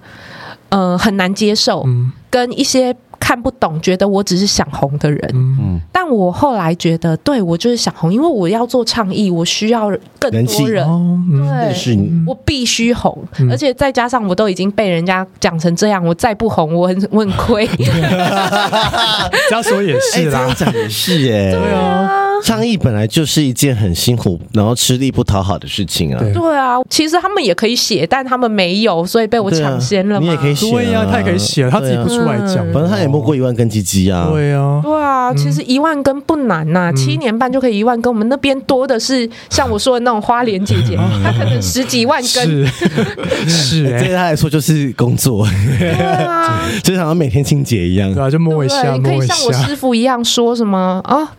呃，很难接受。
嗯
跟一些看不懂，觉得我只是想红的人。
嗯
嗯，
但我后来觉得，对我就是想红，因为我要做倡议，我需要更
人气
多人，
哦，嗯
认
对，
识你，
我必须红，
嗯
而且再加上我都已经被人家讲成这样，我再不红，我很 我很亏。
这样说也
哎
是
这
啦
样，讲也是哎，
对啊，
倡议本来就是一件很辛苦，然后吃力不讨好的事情啊。
对
对啊，其实他们也可以写，但他们没有，所以被我
对啊
抢先了嘛。
你也可以写、
对呀、
啊，
他也可以写，他自己不
对啊
出来讲，
反正他也摸过一万根鸡鸡啊。
对啊，
对啊，其实一万根不难
嗯
呐、七年半就可以一万根。我们那边多的是像我说的那种花莲姐姐，
嗯
她可能十几万根。
是是哎、
对他来说就是工作，
对啊，
就想要每天清洁一样
对。啊，就摸一下，
对，你可
摸
以
一
像我
下，
师傅一样说什么啊？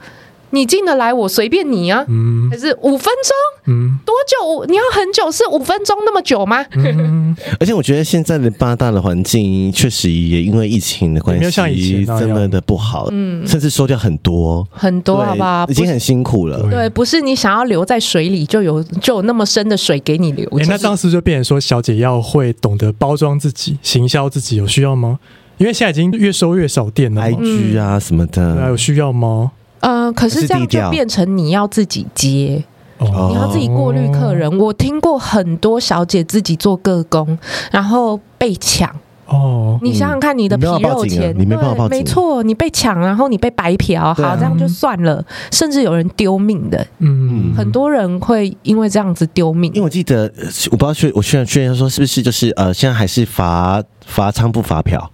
你进得来，我随便你啊。
嗯
还是五分钟？
嗯
多久？你要很久？是五分钟那么久吗？
嗯，
而且我觉得现在的八大的环境确实也因为疫情的关
没有像以前
系，
那样
真的的不好，甚至收掉很多，
很嗯多
对
好不好？
已经很辛苦了。
对，不是你想要留在水里就有就有那么深的水给你流。
哎、
就是
那这样是不是就变成说，小姐要会懂得包装自己、行销自己，有需要吗？因为现在已经越收越少店了嘛，
IG 啊
嗯
什么的，
对啊，有需要吗？
呃，可
还
是
是
这样
低调哦
就变成你要自己接，
哦
你要自己过滤客人。我听过很多小姐自己做个工，然后被抢。
哦，
你想想看，你的
你
皮
没有报
肉
警啊
钱，
你没办法报
对，
警
没错，你被抢，然后你被白嫖，
对啊
好，这样就算了。甚至有人丢命的，
嗯，
很多人会因为这样子丢命
因为。我记得，呃我不知道去我去然确认说是不是就是呃，现在还是罚罚仓不罚票，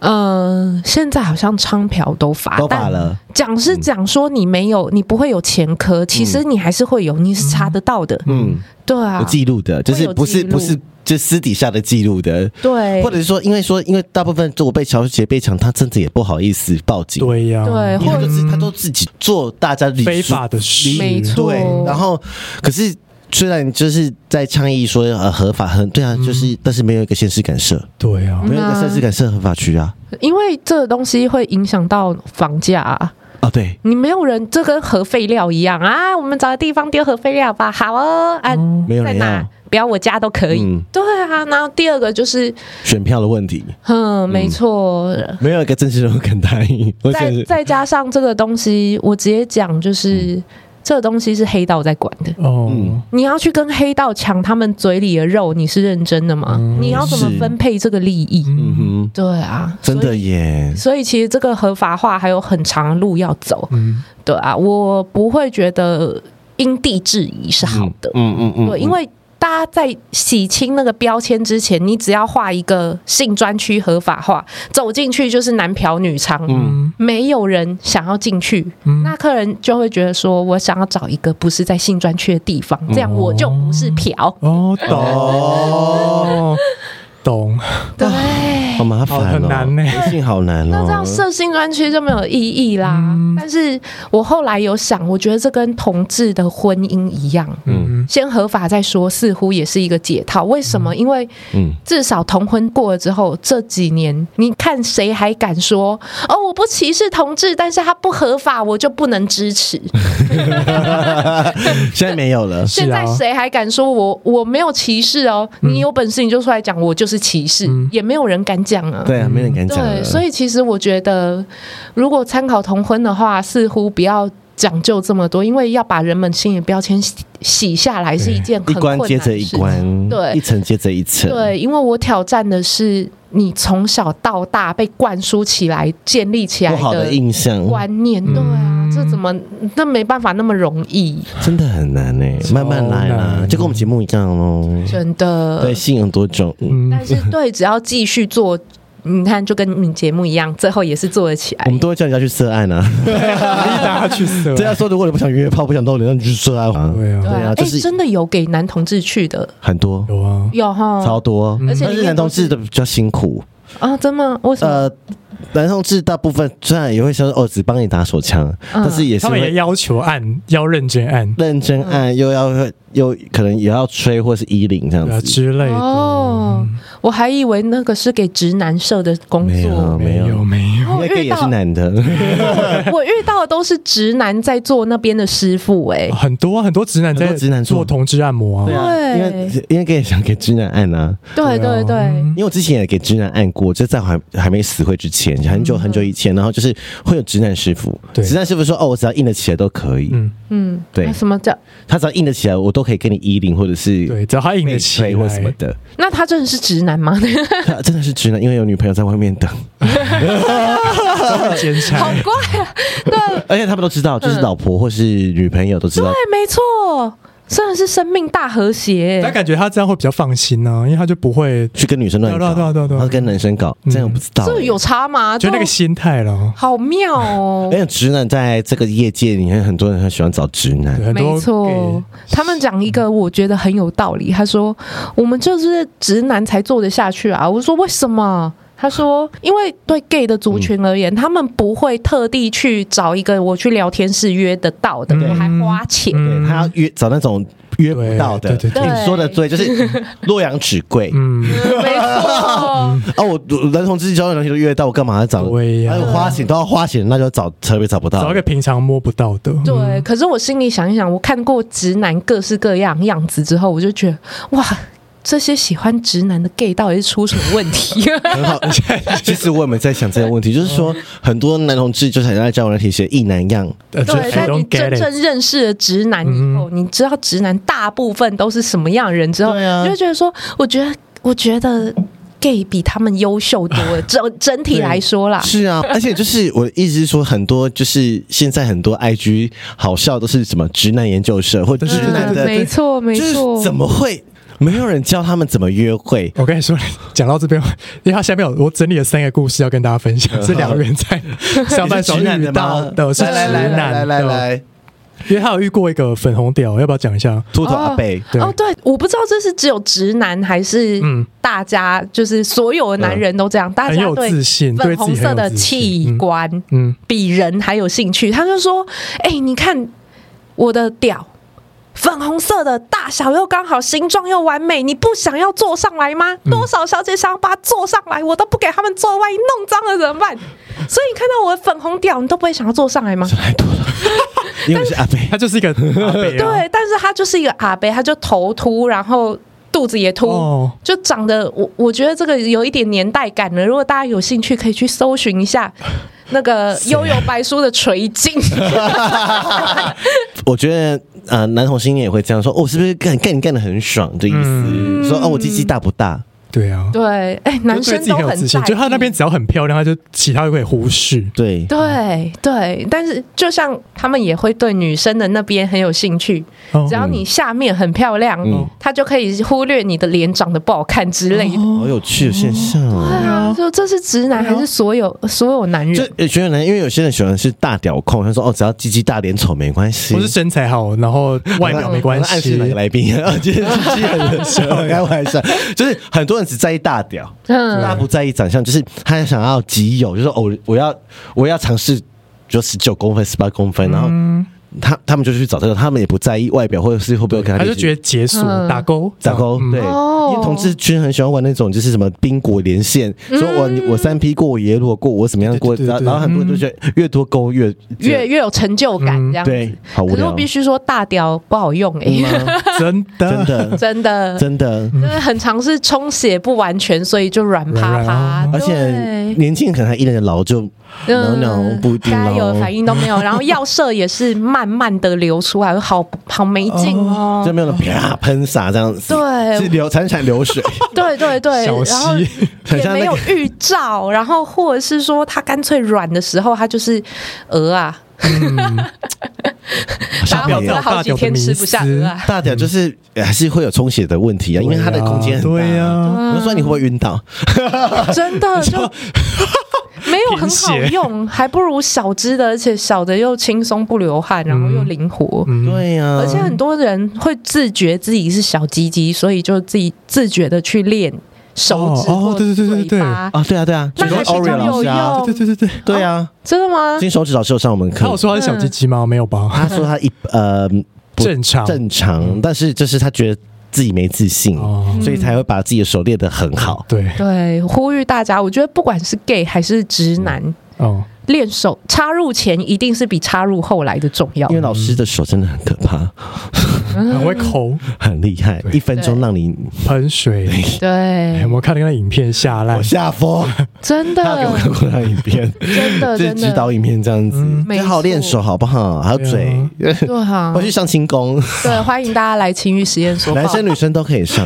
嗯，现在好像娼嫖都罚，
都罚
但
了。嗯
讲是讲说你没有，你不会有前科，其实你还是会有，你是查得到的。
嗯，
对啊
有，记录的，就是
会有
不是
记录
不是就私底下的记录的，
对，
或者是说，因为说因为大部分如果被乔姐被抢，他真的也不好意思报警，
对呀、
对
因为他就是他都自己做大家理
非法的事，
没错
对，然后可是。虽然就是在倡议说呃合法很对啊，就是、
嗯
但是没有一个县市敢设，
对呀、
没有一个县市敢设合法区啊
因为这个东西会影响到房价、啊。
哦
啊对，
你没有人，这跟核废料一样啊！我们找个地方丢核废料吧，好哦，啊，
嗯没有
在
人
哪
要？
不要我家都可以。
嗯
对啊，然后第二个就是，
选票的问题，
嗯，没错，
没有一个政治人物敢答应，我
再
真的是
再加上这个东西，我直接讲就是，这个东西是黑道在管的。
哦，
嗯
你要去跟黑道抢他们嘴里的肉，你是认真的吗？你要怎么
嗯是
分配这个利益？
嗯哼，
对啊，
真
所以
的耶，
所以其实这个合法化还有很长的路要走，
嗯
对啊，我不会觉得因地制宜是好的，
嗯嗯嗯，
对，
嗯
因为大家在洗清那个标签之前，你只要画一个性专区合法化，走进去就是男嫖女娼，
嗯
没有人想要进去，
嗯
那客人就会觉得说我想要找一个不是在性专区的地方，这样我就不是嫖，
嗯哦，懂懂，
对。
好麻烦、
好
哦，
很难呢、
微信好难哦。
那这样设性专区就没有意义啦。
嗯
但是我后来有想，我觉得这跟同志的婚姻一样，
嗯
先合法再说，似乎也是一个解套。为什么？因为
嗯，
至少同婚过了之后，这几年你看谁还敢说哦，我不歧视同志，但是他不合法，我就不能支 持。
现在没有了。
现在谁还敢说我我没有歧视哦？
嗯
你有本事你就出来讲，我就是歧视，也没有人敢讲啊。
对啊，没人敢讲了。
对，所以其实我觉得，如果参考同婚的话，似乎不要讲究这么多，因为要把人们心理标签洗洗下来是一件
一
很困
关
难
接
的
着
事
一
情。
关，
对
一层接着一层。
对，因为我挑战的是你从小到大被灌输起来、建立起来
不好的印象
观念。对啊，这怎么那没办法那么容易？
真的很难哎，慢慢来啦，
难呃
就跟我们节目一样哦。
真的。
对，信有多种，嗯
嗯
但是对，只要继续做，你看就跟你节目一样，最后也是做得起来
我。们都会叫人家去涉案啊。
大家去死，
对啊，说如果你不想约炮，不想露脸，那你就去涉案啊。
对
对
啊
啊，
啊，
就
哎、
是
真的有给男同志去的，
很多，
有啊，
有哈，
超多，哦
嗯
而且
但
里
是
面
男
都
同志的比较辛苦。
啊，真的吗？为什么？
呃，男同志大部分虽然也会说哦，只帮你打手枪，但是也是
嗯他们也嗯
会
要求按，要认真按，
认真按，又要又可能也要吹或是衣领这样
对啊
子。
之类的，
哦，我还以为那个是给直男社的工
没有
作。
没有
有，哦没有，
我
那个
遇
也
到
是男的，
我遇到的都是直男在做那边的师傅、哎、
很多啊很多直男
很
在
多直男做
做同志按摩啊，
因为因为给想给直男按啊，
对对
哦
对，
因为我之前也给直男按过，就在还还没死会之前，很久很久以前，然后就是会有直男师傅，
对
直男师傅说哦，我只要硬得起来都可以，
嗯，
嗯，
对
那什么叫？
他只要硬得起来，我都可以给你衣领或者是
对，只要他硬
内
得起
吹或什么
来，
的，
那他真的是直男吗？
他真的是直男，因为有女朋友在外面等，
奸
好
产。
怪啊！对，
而且他们都知道，就是老婆或是女朋友都知道
嗯对，没错，真的是生命大和谐、
他感觉他这样会比较放心呢、因为他就不会
去跟女生乱
对啊
搞，
对啊对啊对啊
然后跟男生搞，这样我不知道欸。
这嗯有差吗？
觉得那个哎
就
心态了。
好妙哦
而。且直男在这个业界里面，很多人很喜欢找直男
对，很多
没错
gay，
他们讲一个我觉得很有道理。他说：“我们就是直男才做得下去啊。”我说：“为什么？”他说：“因为对 gay 的族群而
嗯
言，他们不会特地去找一个我去聊天室约得到的，
对
我还花钱。
嗯
对他要约找那种约不到的。
对对对
对
你说的对，就是 洛阳纸贵
嗯，
没 错，
哦，我我男同志交友软件都约得到，我干嘛要找？
对呀
还有花钱都要花钱，那就找特别找不到。
找一个平常摸不到的。
嗯
对。可是我心里想一想，我看过直男各式各样样子之后，我就觉得哇。”这些喜欢直男的 gay 到底是出什么问 题？
很好，嗯其实我也没在想这个问题，就是说很多男同志就是很爱交友软体写一男样，
呃，就
对，
I
哎但你
don't
真
get
正
it。
认识了直男以后，你知道直男大部分都是什么样的人之后，
对啊
你就会觉得说，我觉得，我觉得 gay 比他们优秀多了，整整体来说啦。
是啊，而且就是我的意思是说，很多就是现在很多 IG 好笑都是什么直男研究社或直
对对
男
对
的，
没错，没
就是
错，
怎么会没有人教他们怎么约会？
我跟你说，讲到这边，因为他下面有我整理了三个故事要跟大家分享，是两个人在上半场
直男
遇
的
到
吗？
的，是直
来来来
男
来来
的，
来，
因为他有遇过一个粉红屌，要不要讲一下？
秃头阿贝，
对
哦，对，我不知道这是只有直男还是
嗯
大家，就是所有的男人都这样，大
很
家
有
对
自信，对
粉
自
红
己
色
很有
的
自信
器
嗯
官，
嗯，
比人还有兴趣。他就说：“哎、你看我的屌，粉红色的，大小又刚好，形状又完美，你不想要坐上来吗？
嗯
多少小姐想要把它坐上来，我都不给他们坐，万一弄脏了怎 么办？所以你看到我的粉红屌，你都不会想要坐上来
哦啊
吗？”
太多了，因为我是阿 贝，
他就是一个阿北啊，
对，但是他就是一个阿伯，他就头秃，然后肚子也秃。
哦，
就长得我我觉得这个有一点年代感了。如果大家有兴趣，可以去搜寻一 下那个悠悠白书的垂镜。
我觉得呃，男同性恋也会这样说，哦，是不是干干你干的很爽的意
嗯
思？说哦，我鸡鸡大不大？
对啊，
对，哎、男
就对
生
自己
都
很有
很
自
在
信，
意
就他那边只要很漂亮，他就其他都可以忽视。
对，
对对，但是就像他们也会对女生的那边很有兴趣，
哦
只要你下面很漂亮，
嗯
他就可以忽略你的脸长得不好看之类
哦
的。
好有趣的现象哦。
对啊，就这是直男还是所有所有男
就
人？
也觉得呢，因为有些人喜欢是大屌控，他说哦，只要鸡鸡大脸丑没关系，
不是身材好，然后外表没关
我在暗
系
示，哪个来宾？ 啊今天鸡鸡很 小，开玩笑，就是很多人只在意大屌，大家
啊
嗯，
不在意长相，就是他想要极有，就是哦，我要我要尝试就十九公分、十八公分，然后
嗯
他他们就去找这个，他们也不在意外表或者是会不会跟
他就
一起
觉得嗯解锁
嗯
打勾
打勾，对，
哦
因为同志圈很喜欢玩那种就是什么宾果连线，说我
嗯
我三 P 过，我也裸过，我怎么样过，
对对对
然后
对
然后很多人就觉得越多勾越
越越有成就感
嗯
这样子。
对，好无
可是我
聊，嗯啊
必须说，大屌不好用哎、
嗯真
真
的
的
真的，嗯
真的。
因为很常是充血不完全，所以就软趴
软
趴
啊。
而且
对
年轻可能还一脸老就 no
嗯，
no 不一定
该有的
哦
反，应都没有，然后药色也是慢慢的流出来，好好没劲哦。
就没有人啪喷洒这样子，
对
是流潺潺流 水，
对对对，
小
然后
溪，
很
也
像
没
那
有
个
预兆，然后或者是说他干脆软的时候，他就是鹅啊，
大
打
屌
火
不
车
要
大
好几天吃不下鹅啊。
大屌就是哎还是会有充血的问题啊，因为它的空间很大。
对啊，
我就说你会不会晕倒？
真的就没有很好
贫血
用，还不如小只的，而且小的又轻松不流汗，然后又灵活。
嗯，
对啊呀，
而且很多人会自觉自己是小鸡鸡，所以就自己自觉的去练手指
哦哦
或
对对对对
嘴巴
啊，对啊，对啊，
那还是
o r
比
i
较
老
有
师啊，
用。
对对对对，
对啊，
真的吗？
金手指老师有上我们
他
课
有，说他
嗯
是小鸡鸡吗？没有吧，
他说他一呃不
正常
正常，但是就是他觉得自己没自信，
嗯哦，
所以才会把自己的手练得很好。
对
对，呼吁大家，我觉得不管是 gay 还是直男，
哦，
练手插入前一定是比插入后来的重要
嗯
因。为老师的手真的很可怕，
很
嗯
会抠
很厉害，一分钟让你
喷水。
对
有，没有看那个影片下烂
我？下风。
真
他有给我
的，
看过他影片，
呃 真的，
就是
真
指
的，
导影片这样子，
没
就好好练
错嗯
手好不好？还有嘴，
对哈
我，去上轻功，
对，欢迎大家来情欲实验所报
男
名，
生女生都可以上。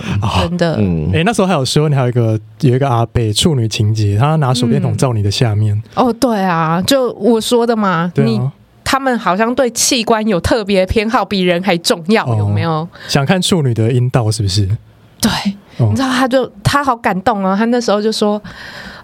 真的，
嗯
哎、，那时候还有说，你还有一个有一个阿贝处女情节，他拿手电筒照你的下面，
哦，对啊，就我说的嘛，
对
你
啊，
他们好像对器官有特别偏好，比人还重要，
哦
有没有？
想看处女的阴道是不是？
对，
哦
你知道，他就他好感动啊！他那时候就说：“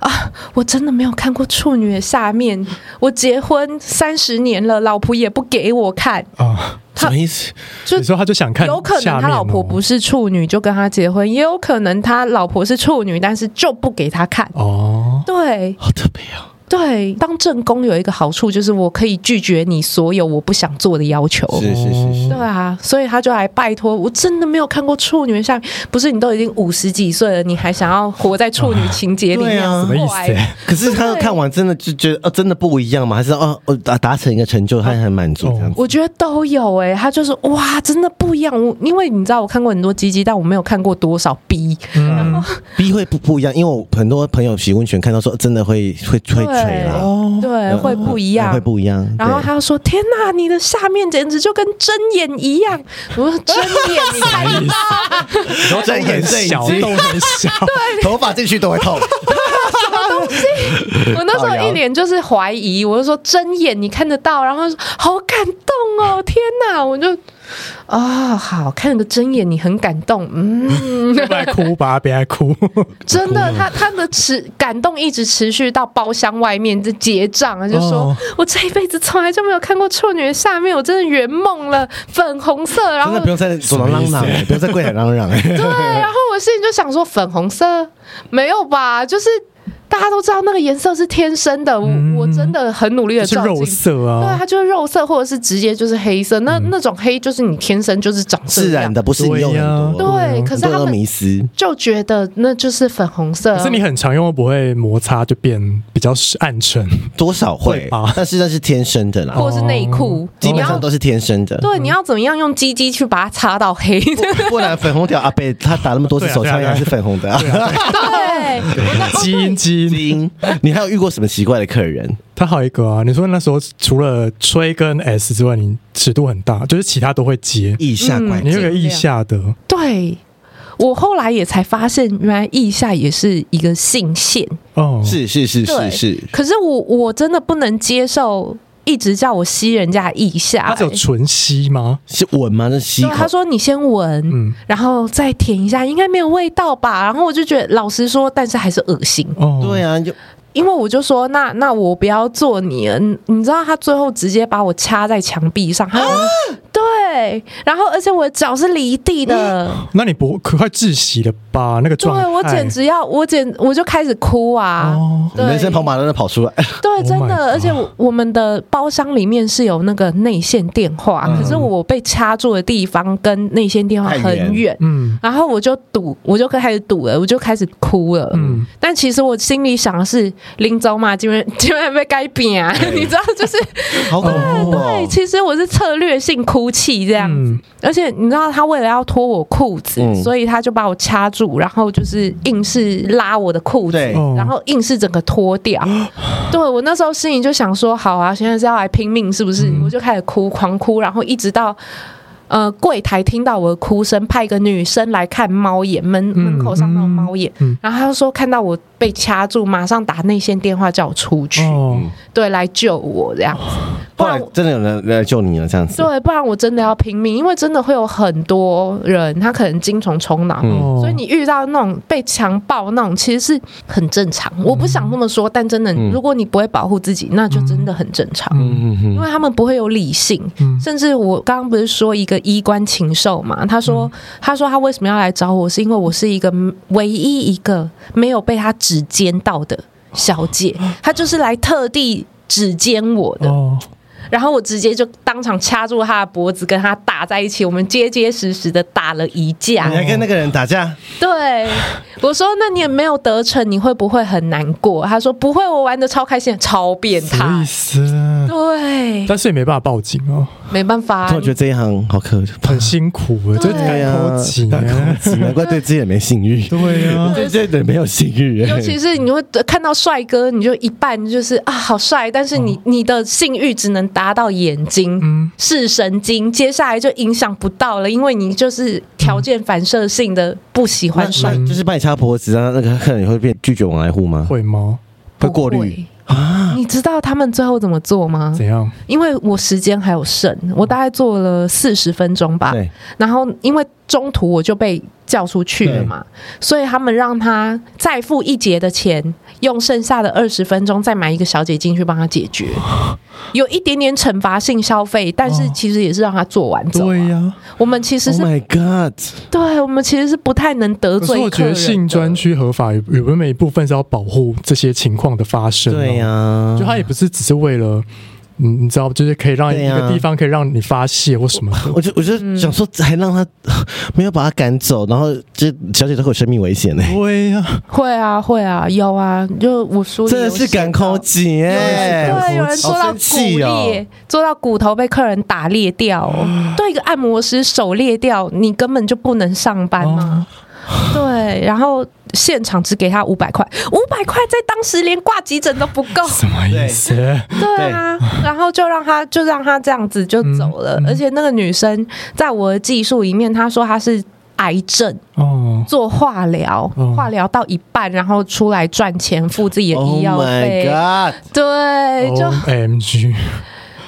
啊，我真的没有看过处女的下面，我结婚三十年了，老婆也不给我看。
啊，
什么意思？
就
你说他就想看下面哦、
有可能他老婆不是处女就跟他结婚，也有可能他老婆是处女，但是就不给他看。
哦，
对
好特别哦，
对，当正宫有一个好处就是我可以拒绝你所有我不想做的要求。
是是是是，
对啊，所以他就来拜托，我真的没有看过处女下面，不是你都已经五十几岁了，你还想要活在处女情节里
对
面？
啊
什么意思、
后来
欸？
可是他看完真的就觉得，哦，真的不一样吗？还是哦，哦达达成一个成就，他很满足这样子。
我觉得都有哎、他就是哇，真的不一样。我因为你知道，我看过很多鸡鸡，但我没有看过多少 B。
嗯，
B 会不不一样，因为我很多朋友洗温泉看到说，真的会会会垂啦，
哦，
对，会不一样。
会不一样。
然后
对
他就说：“天哪，你的下面简直就跟针眼一样！”我说：“针眼，你看
什么意思？
然后睁眼
很
睛
小， 洞很 小，
头发进去都会痛。
我那时候一脸就是怀疑，我就说睁眼你看得到，然后说好感动哦，天哪！我就啊、好看个睁眼，你很感动， 嗯，
别来哭吧，别来哭。
真的，他他的持感动一直持续到包厢外面这结账，他就说、
哦
我这一辈子从来就没有看过处女的下面，我真的圆梦了，粉红色， 然
真
后
的不用在走廊嚷嚷
什么意，
不用在柜台嚷嚷。
对，然后我心里就想说，粉红色没有吧？就是大家都知道那个颜色是天生的，我、
嗯
我真的很 努力的
是
照
肉
镜子。
色
对，
啊，
它就是肉色，或者是直接就是黑色。那、那种黑就是你天生就是长这样
嗯自然的，不是你用很多，
对。可
很
是
多
他
都
们
迷失。
就觉得那就是粉红色
可。是你很常用，不会摩擦就变比较暗沉。
哦
多少
会
会
吧，
但是那是天生的啦，
或者是内
哦
裤，
基
你
本
要
上都嗯是天生的。
对你要怎么样用鸡鸡去把它擦到黑？
不不然粉红条阿贝他打那么多次手枪也还是粉红的啊。
对，
基因基因，
基因，你还有遇过什么奇怪的客人？
他好一个啊！你说那时候除了吹跟 S 之外，你尺度很大，就是其他都会接。
腋下拐
你有
角
个腋下的，
嗯对。啊我后来也才发现，原来腋下也是一个性腺。
哦，
是是是
对
是是，
可是我我真的不能接受，一直叫我吸人家腋下、
他只有
欸
纯吸吗？
是吻吗？那是吸
对，他
口。
说你先闻，
嗯
然后再舔一下，应该没有味道吧？然后我就觉得，老实说，但是还是恶心，
哦，
对啊，就
因为我就说，那那我不要做你了，你你知道他最后直接把我掐在墙壁上，
啊
他、对，然后而且我的脚是离地 的，
那你不可快窒息了吧？那个
对
状态，
我简直要，我简我就开始哭啊，
哦，
对
人生跑马灯的跑出来，
对，真
Oh my
的，
God
而且我我们的包厢里面是有那个内线电话，
嗯
可是我被掐住的地方跟内线电话
太
很
远
远，
嗯
然后我就赌，我就开始赌了，我就开始哭了。
嗯，
但其实我心里想的是，林州嘛，今天今天被该扁啊， 你知道，就是
好恐怖
对，
哦！
其实我是策略性哭泣这样子。
嗯
而且你知道，他为了要脱我裤子，
嗯
所以他就把我掐住，然后就是硬是拉我的裤子
对，
哦
然后硬是整个脱 掉。对我那时候心里就想说，好啊，现在是要来拼命是不
嗯
是？我就开始哭，狂哭，然后一直到。呃，柜台听到我的哭声，派一个女生来看猫眼，门
嗯
门口上那种猫眼，
嗯嗯
然后她就说看到我被掐住，马上打内线电话叫我出去，
哦，
对，来救我这样子，不
后
然
来
我
真的有人来救你了，这样子。
对，不然我真的要拼命，因为真的会有很多人，他可能精虫充脑，
嗯
哦
所以你遇到那种被强暴那种，其实是很正常。我不想这么说，但真的，
嗯
如果你不会保护自己，那就真的很正常，
嗯嗯嗯，
因为他们不会有理性。
嗯
甚至我刚刚不是说一个衣冠禽兽嘛？他说，他说他为什么要来找我，是因为我是一个唯一一个没有被他指尖到的小姐，他就是来特地指尖我的。
哦，
然后我直接就当场掐住他的脖子，跟他打在一起，我们结结实实的打了一架
你。还跟那个人打架？
对，我说那你也没有得逞，你会不会很难过？他说不会，我玩的超开心，超变
什么意
态。
思啊？
对，
但是也没办法报警哦，
没办法
但，我觉得这一行好可怕
很。辛苦哎，
对
这
啊
敢
呀
报警
敢
啊？
扣紧难怪对自己也没信誉。
对啊呀，
对啊这人没有信誉欸，
尤其是你会看到帅哥，你就一半就是啊好帅，但是
嗯
你你的性欲只能达到眼睛、视神经，接下来就影响不到了，因为你就是条件反射性的不喜
那
欢帅
那就是把你掐脖子，然后那个客人也会变拒绝往来户吗？
会吗？
会过滤。
啊！你知道他们最后怎么做吗？
怎样？
因为我时间还有剩，我大概做了四十分钟吧。
对，
然后因为中途我就被叫出去了嘛，所以他们让他再付一节的钱，用剩下的二十分钟再买一个小姐进去帮他解 决，有一点点惩罚性消费，但是其实也是让他做完走、
对啊呀，
我们其实
Oh
是
my God！
对，我们其实是不太能得
可是
罪
我
客
觉
人
得
的。
性专区合法有有没有一部分是要保护这些情况的发生？哦
对啊呀、，
就它也不是只是为了，你你知道，就是可以让
对
一
呀
个地方可以让你发泄或什么的。
我就我就
嗯
想说，还让他 没有把他赶走，然后这小姐都有生命危险呢、
对呀、
会啊会啊有啊，就我说
真的是赶抠紧哎、
对，有人做
好
到
生
骨
气
裂，
哦！
做到骨头被客人打裂掉、 对一个按摩师手裂掉，你根本就不能上班吗？
哦
对，然后现场只给他五百块，五百块在当时连挂急诊都不 够，
什么意思？
对啊，然后就让他就让他这样子就走
嗯
了，而且那个女生在我的技术里面，她说她是癌症，
哦，
做化疗
哦，
化疗到一半，然后出来赚钱付自己的
Oh
医药
my
费，
god！
对，哎就
M G，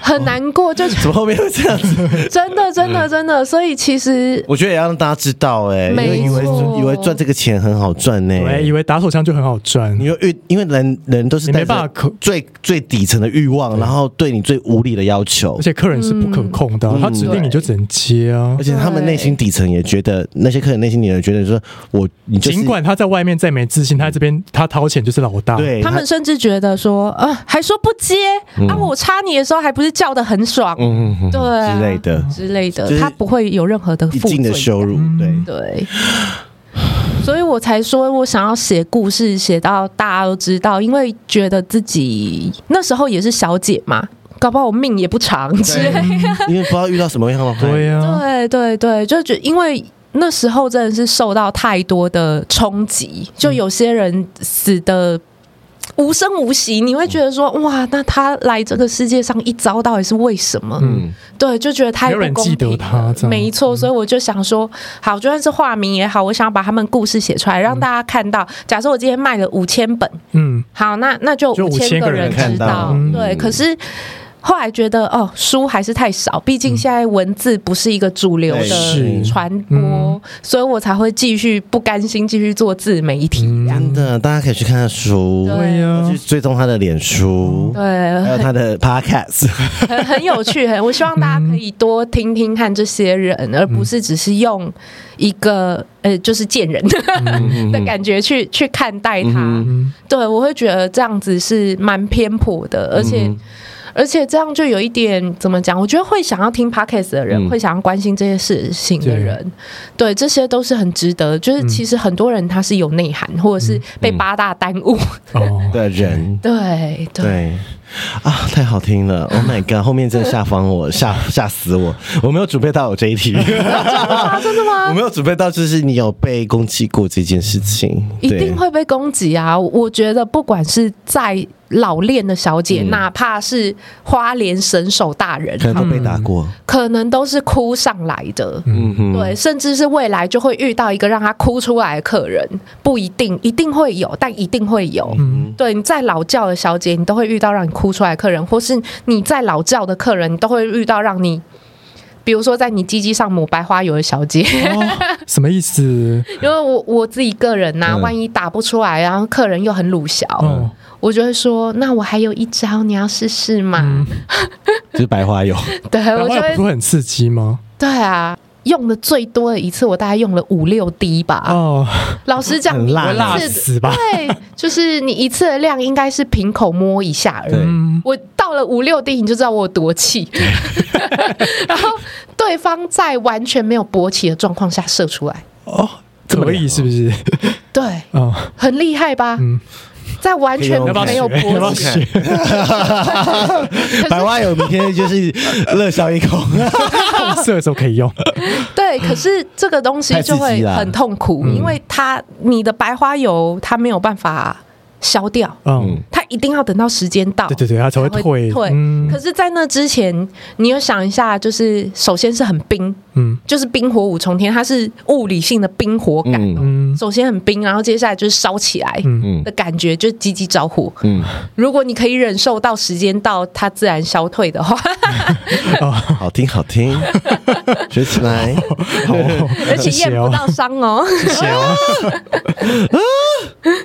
很难过，就
怎么后面会这样 子？
真
哦
的，真的，真的。所以其实
我觉得也要让大家知道嗯哎、因为
没
以为
错
以为赚这个钱很好赚呢、
我还以为打手枪就很好赚
你，又遇，因为人人都是
你没
带着
办法可
最最底层的欲望，然后对你最无理的要求
而，且客人是不可控的啊、他指定你就只能接啊
而。且他们内心底层也觉得那些客人内心也觉得说，我你就是
尽管他在外面再没自信，他在这边他掏钱就是老大。，
对
他们甚至觉得说，啊，还说不接、啊，我插你的时候还不是叫的很爽，
嗯嗯嗯
对啊、
之类的
之类的，
就是
他不会有任何的
一
负
定
罪
的羞辱，对。
对。所以我才说，我想要写故事，写到大家都知道，因为觉得自己那时候也是小姐嘛，搞不好我命也不长之类的
因为不知道遇到什么样的坏
嗯对
人。
呀、啊，
对对对，就觉因为那时候真的是受到太多的冲击，就有些人死的。无声无息，你会觉得说哇，那他来这个世界上一遭到底是为什么？
嗯，
对，就觉得太
没有人
不公
记得
平
他
了
这样
没错，所以我就想说，好，就算是化名也好，我想要把他们故事写出来，让大家看到。假设我今天卖了五千本，
嗯，
好，那那就
就
五千
5000
个
个
人
人
看
知
到
道，
嗯
对。可是后来觉得，哦，书还是太少，毕竟现在文字不是一个主流
对
的
是
传播，
嗯
所以我才会继续不甘心继续做自媒体这样。
真的，大家可以去看看书，
对呀、
去追踪他的脸书，还
对，
有他的 podcast。
很很有趣，很我希望大家可以多听听看这些人，而不是只是用一个呃，就是贱人 的感觉去去看待他。
嗯
对，我会觉得这样子是蛮偏颇的，而且、
嗯
而且这样就有一点怎么讲？我觉得会想要听 podcast 的人，
嗯
会想要关心这些事情的
对
人，对，这些都是很值得。就是
嗯
其实很多人他是有内涵，或者是被八大耽误，
哦，
的人，
对
嗯
对。
对啊，太好听了！Oh my god，后面真的吓翻我， 吓吓死我！我没有准备到有这一题，
啊，真的
我
吗？
没有准备到，就是你有被攻击过这件事情，
一
对
定会被攻击啊！我觉得不管是再老练的小姐，哪怕是花莲神手大人，
嗯可能都被打过。
可能都是哭上来的。
嗯哼，
对，甚至是未来就会遇到一个让他哭出来的客人，不一定，一定会有，但一定会有。
嗯
对，你再老教的小姐，你都会遇到让你哭出来的客人，或是你再老教的客人，你都会遇到让你，比如说在你鸡鸡上抹白花油的小姐。
哦，什么意思？
因为我我自己个人呐、
嗯
万一打不出来，然后客人又很鲁小，
哦，
我就会说，那我还有一招，你要试试嘛？
嗯就是白花油，
对，
白
我
花
就
油
会
不是很刺激吗？
对啊。用的最多的一次，我大概用了五六滴吧。
哦，
老实讲，
很辣
会辣
是
死吧？
对，就是你一次的量应该是瓶口摸一下而已。
对
嗯，
我到到了五六滴，你就知道我有多气。然后对方在完全没有勃起的状况下射出来，
哦，
这么
可
凉
以
哦
是不是？
对，
哦，
很厉害吧？
嗯
在完全
可以让我
没有
看要不要
勃起
学，
白蛙有明天就是乐笑一 口，
红色的时候可以用，
对，可是这个东西就
太刺激
会
啦
很痛苦，因为它你的白花油它没有办法消掉，
嗯，
它一定要等到时间到。
对对对，它才会
才会
退，
退
嗯
可是，在那之前，你要想一下，就是首先是很冰，
嗯
就是冰火五重天，它是物理性的冰火感。
嗯
嗯
首先很冰，然后接下来就是烧起来
嗯
嗯
的感觉，就是积极着火。
嗯，
如果你可以忍受到时间到它自然消退的话，
哦，
好听好听，学起 来。
好哦，
而且
谢
验
谢
不
哦，
到伤 哦。
谢谢哦。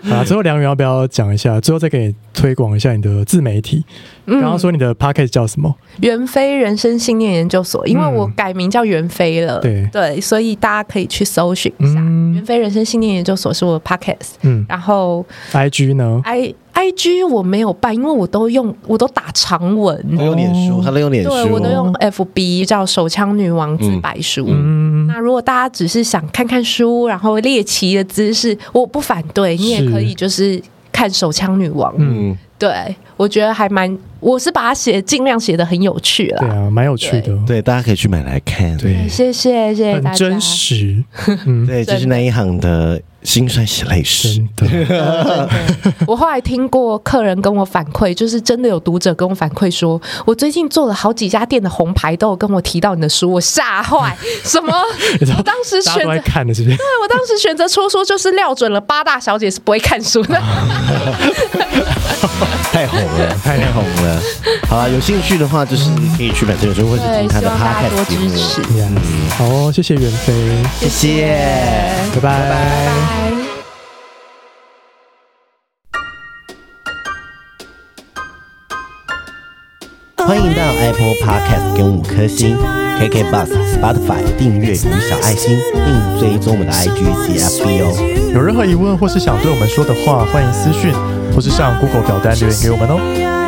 啊，最后梁宇要不要讲一下？最后再给你推广一下你的自媒体。
嗯
刚刚说你的 p o c k e t 叫什么？
袁飞人生信念研究所，因为我改名叫袁飞了，
对
所以大家可以去搜寻一下。
嗯
袁飞人生信念研究所是我的 podcast，
嗯
然后
，IG 呢？
i i g 我没有办，因为我都用我都打长文，
他用脸书，他都用脸书，
对我都用 FB 叫手枪女王自白书。
嗯，
那如果大家只是想看看书，然后猎奇的姿势，我不反对，你也
是
可以就是看手枪女王。
嗯，
对我觉得还蛮，我是把它写尽量写的很有趣啦。
对啊，蛮有趣的，
对，大家可以去买来看。
对
对谢谢谢谢大
很
家，
真 实，嗯，
对，就
真的
是那一行的辛酸血泪史。
真的，
呃真的我后来听过客人跟我反馈，就是真的有读者跟我反馈说，我最近做了好几家店的红牌，都有跟我提到你的书，我吓坏。什么？
你知道
我当时
大
选
家都
择，
在
对
看的，是不 是？
我当时选择出书，就是料准了八大小姐是不会看书的。
太红 了，太红了。好啦，有兴趣的话，就是可以去买这本书，或者
对
听，他
希
的
望大家多
podcast
支
节目。
持。
Yes 好哦，谢谢袁飞，
谢谢。
拜拜
拜。
欢迎到 Apple Podcast 给我们五颗星，KK Bus、Spotify 订阅与小爱心，并追踪我们的 IG 及 FB 哦。
有任何疑问或是想对我们说的话，欢迎私讯或是上 Google 表单留言给我们哦。
I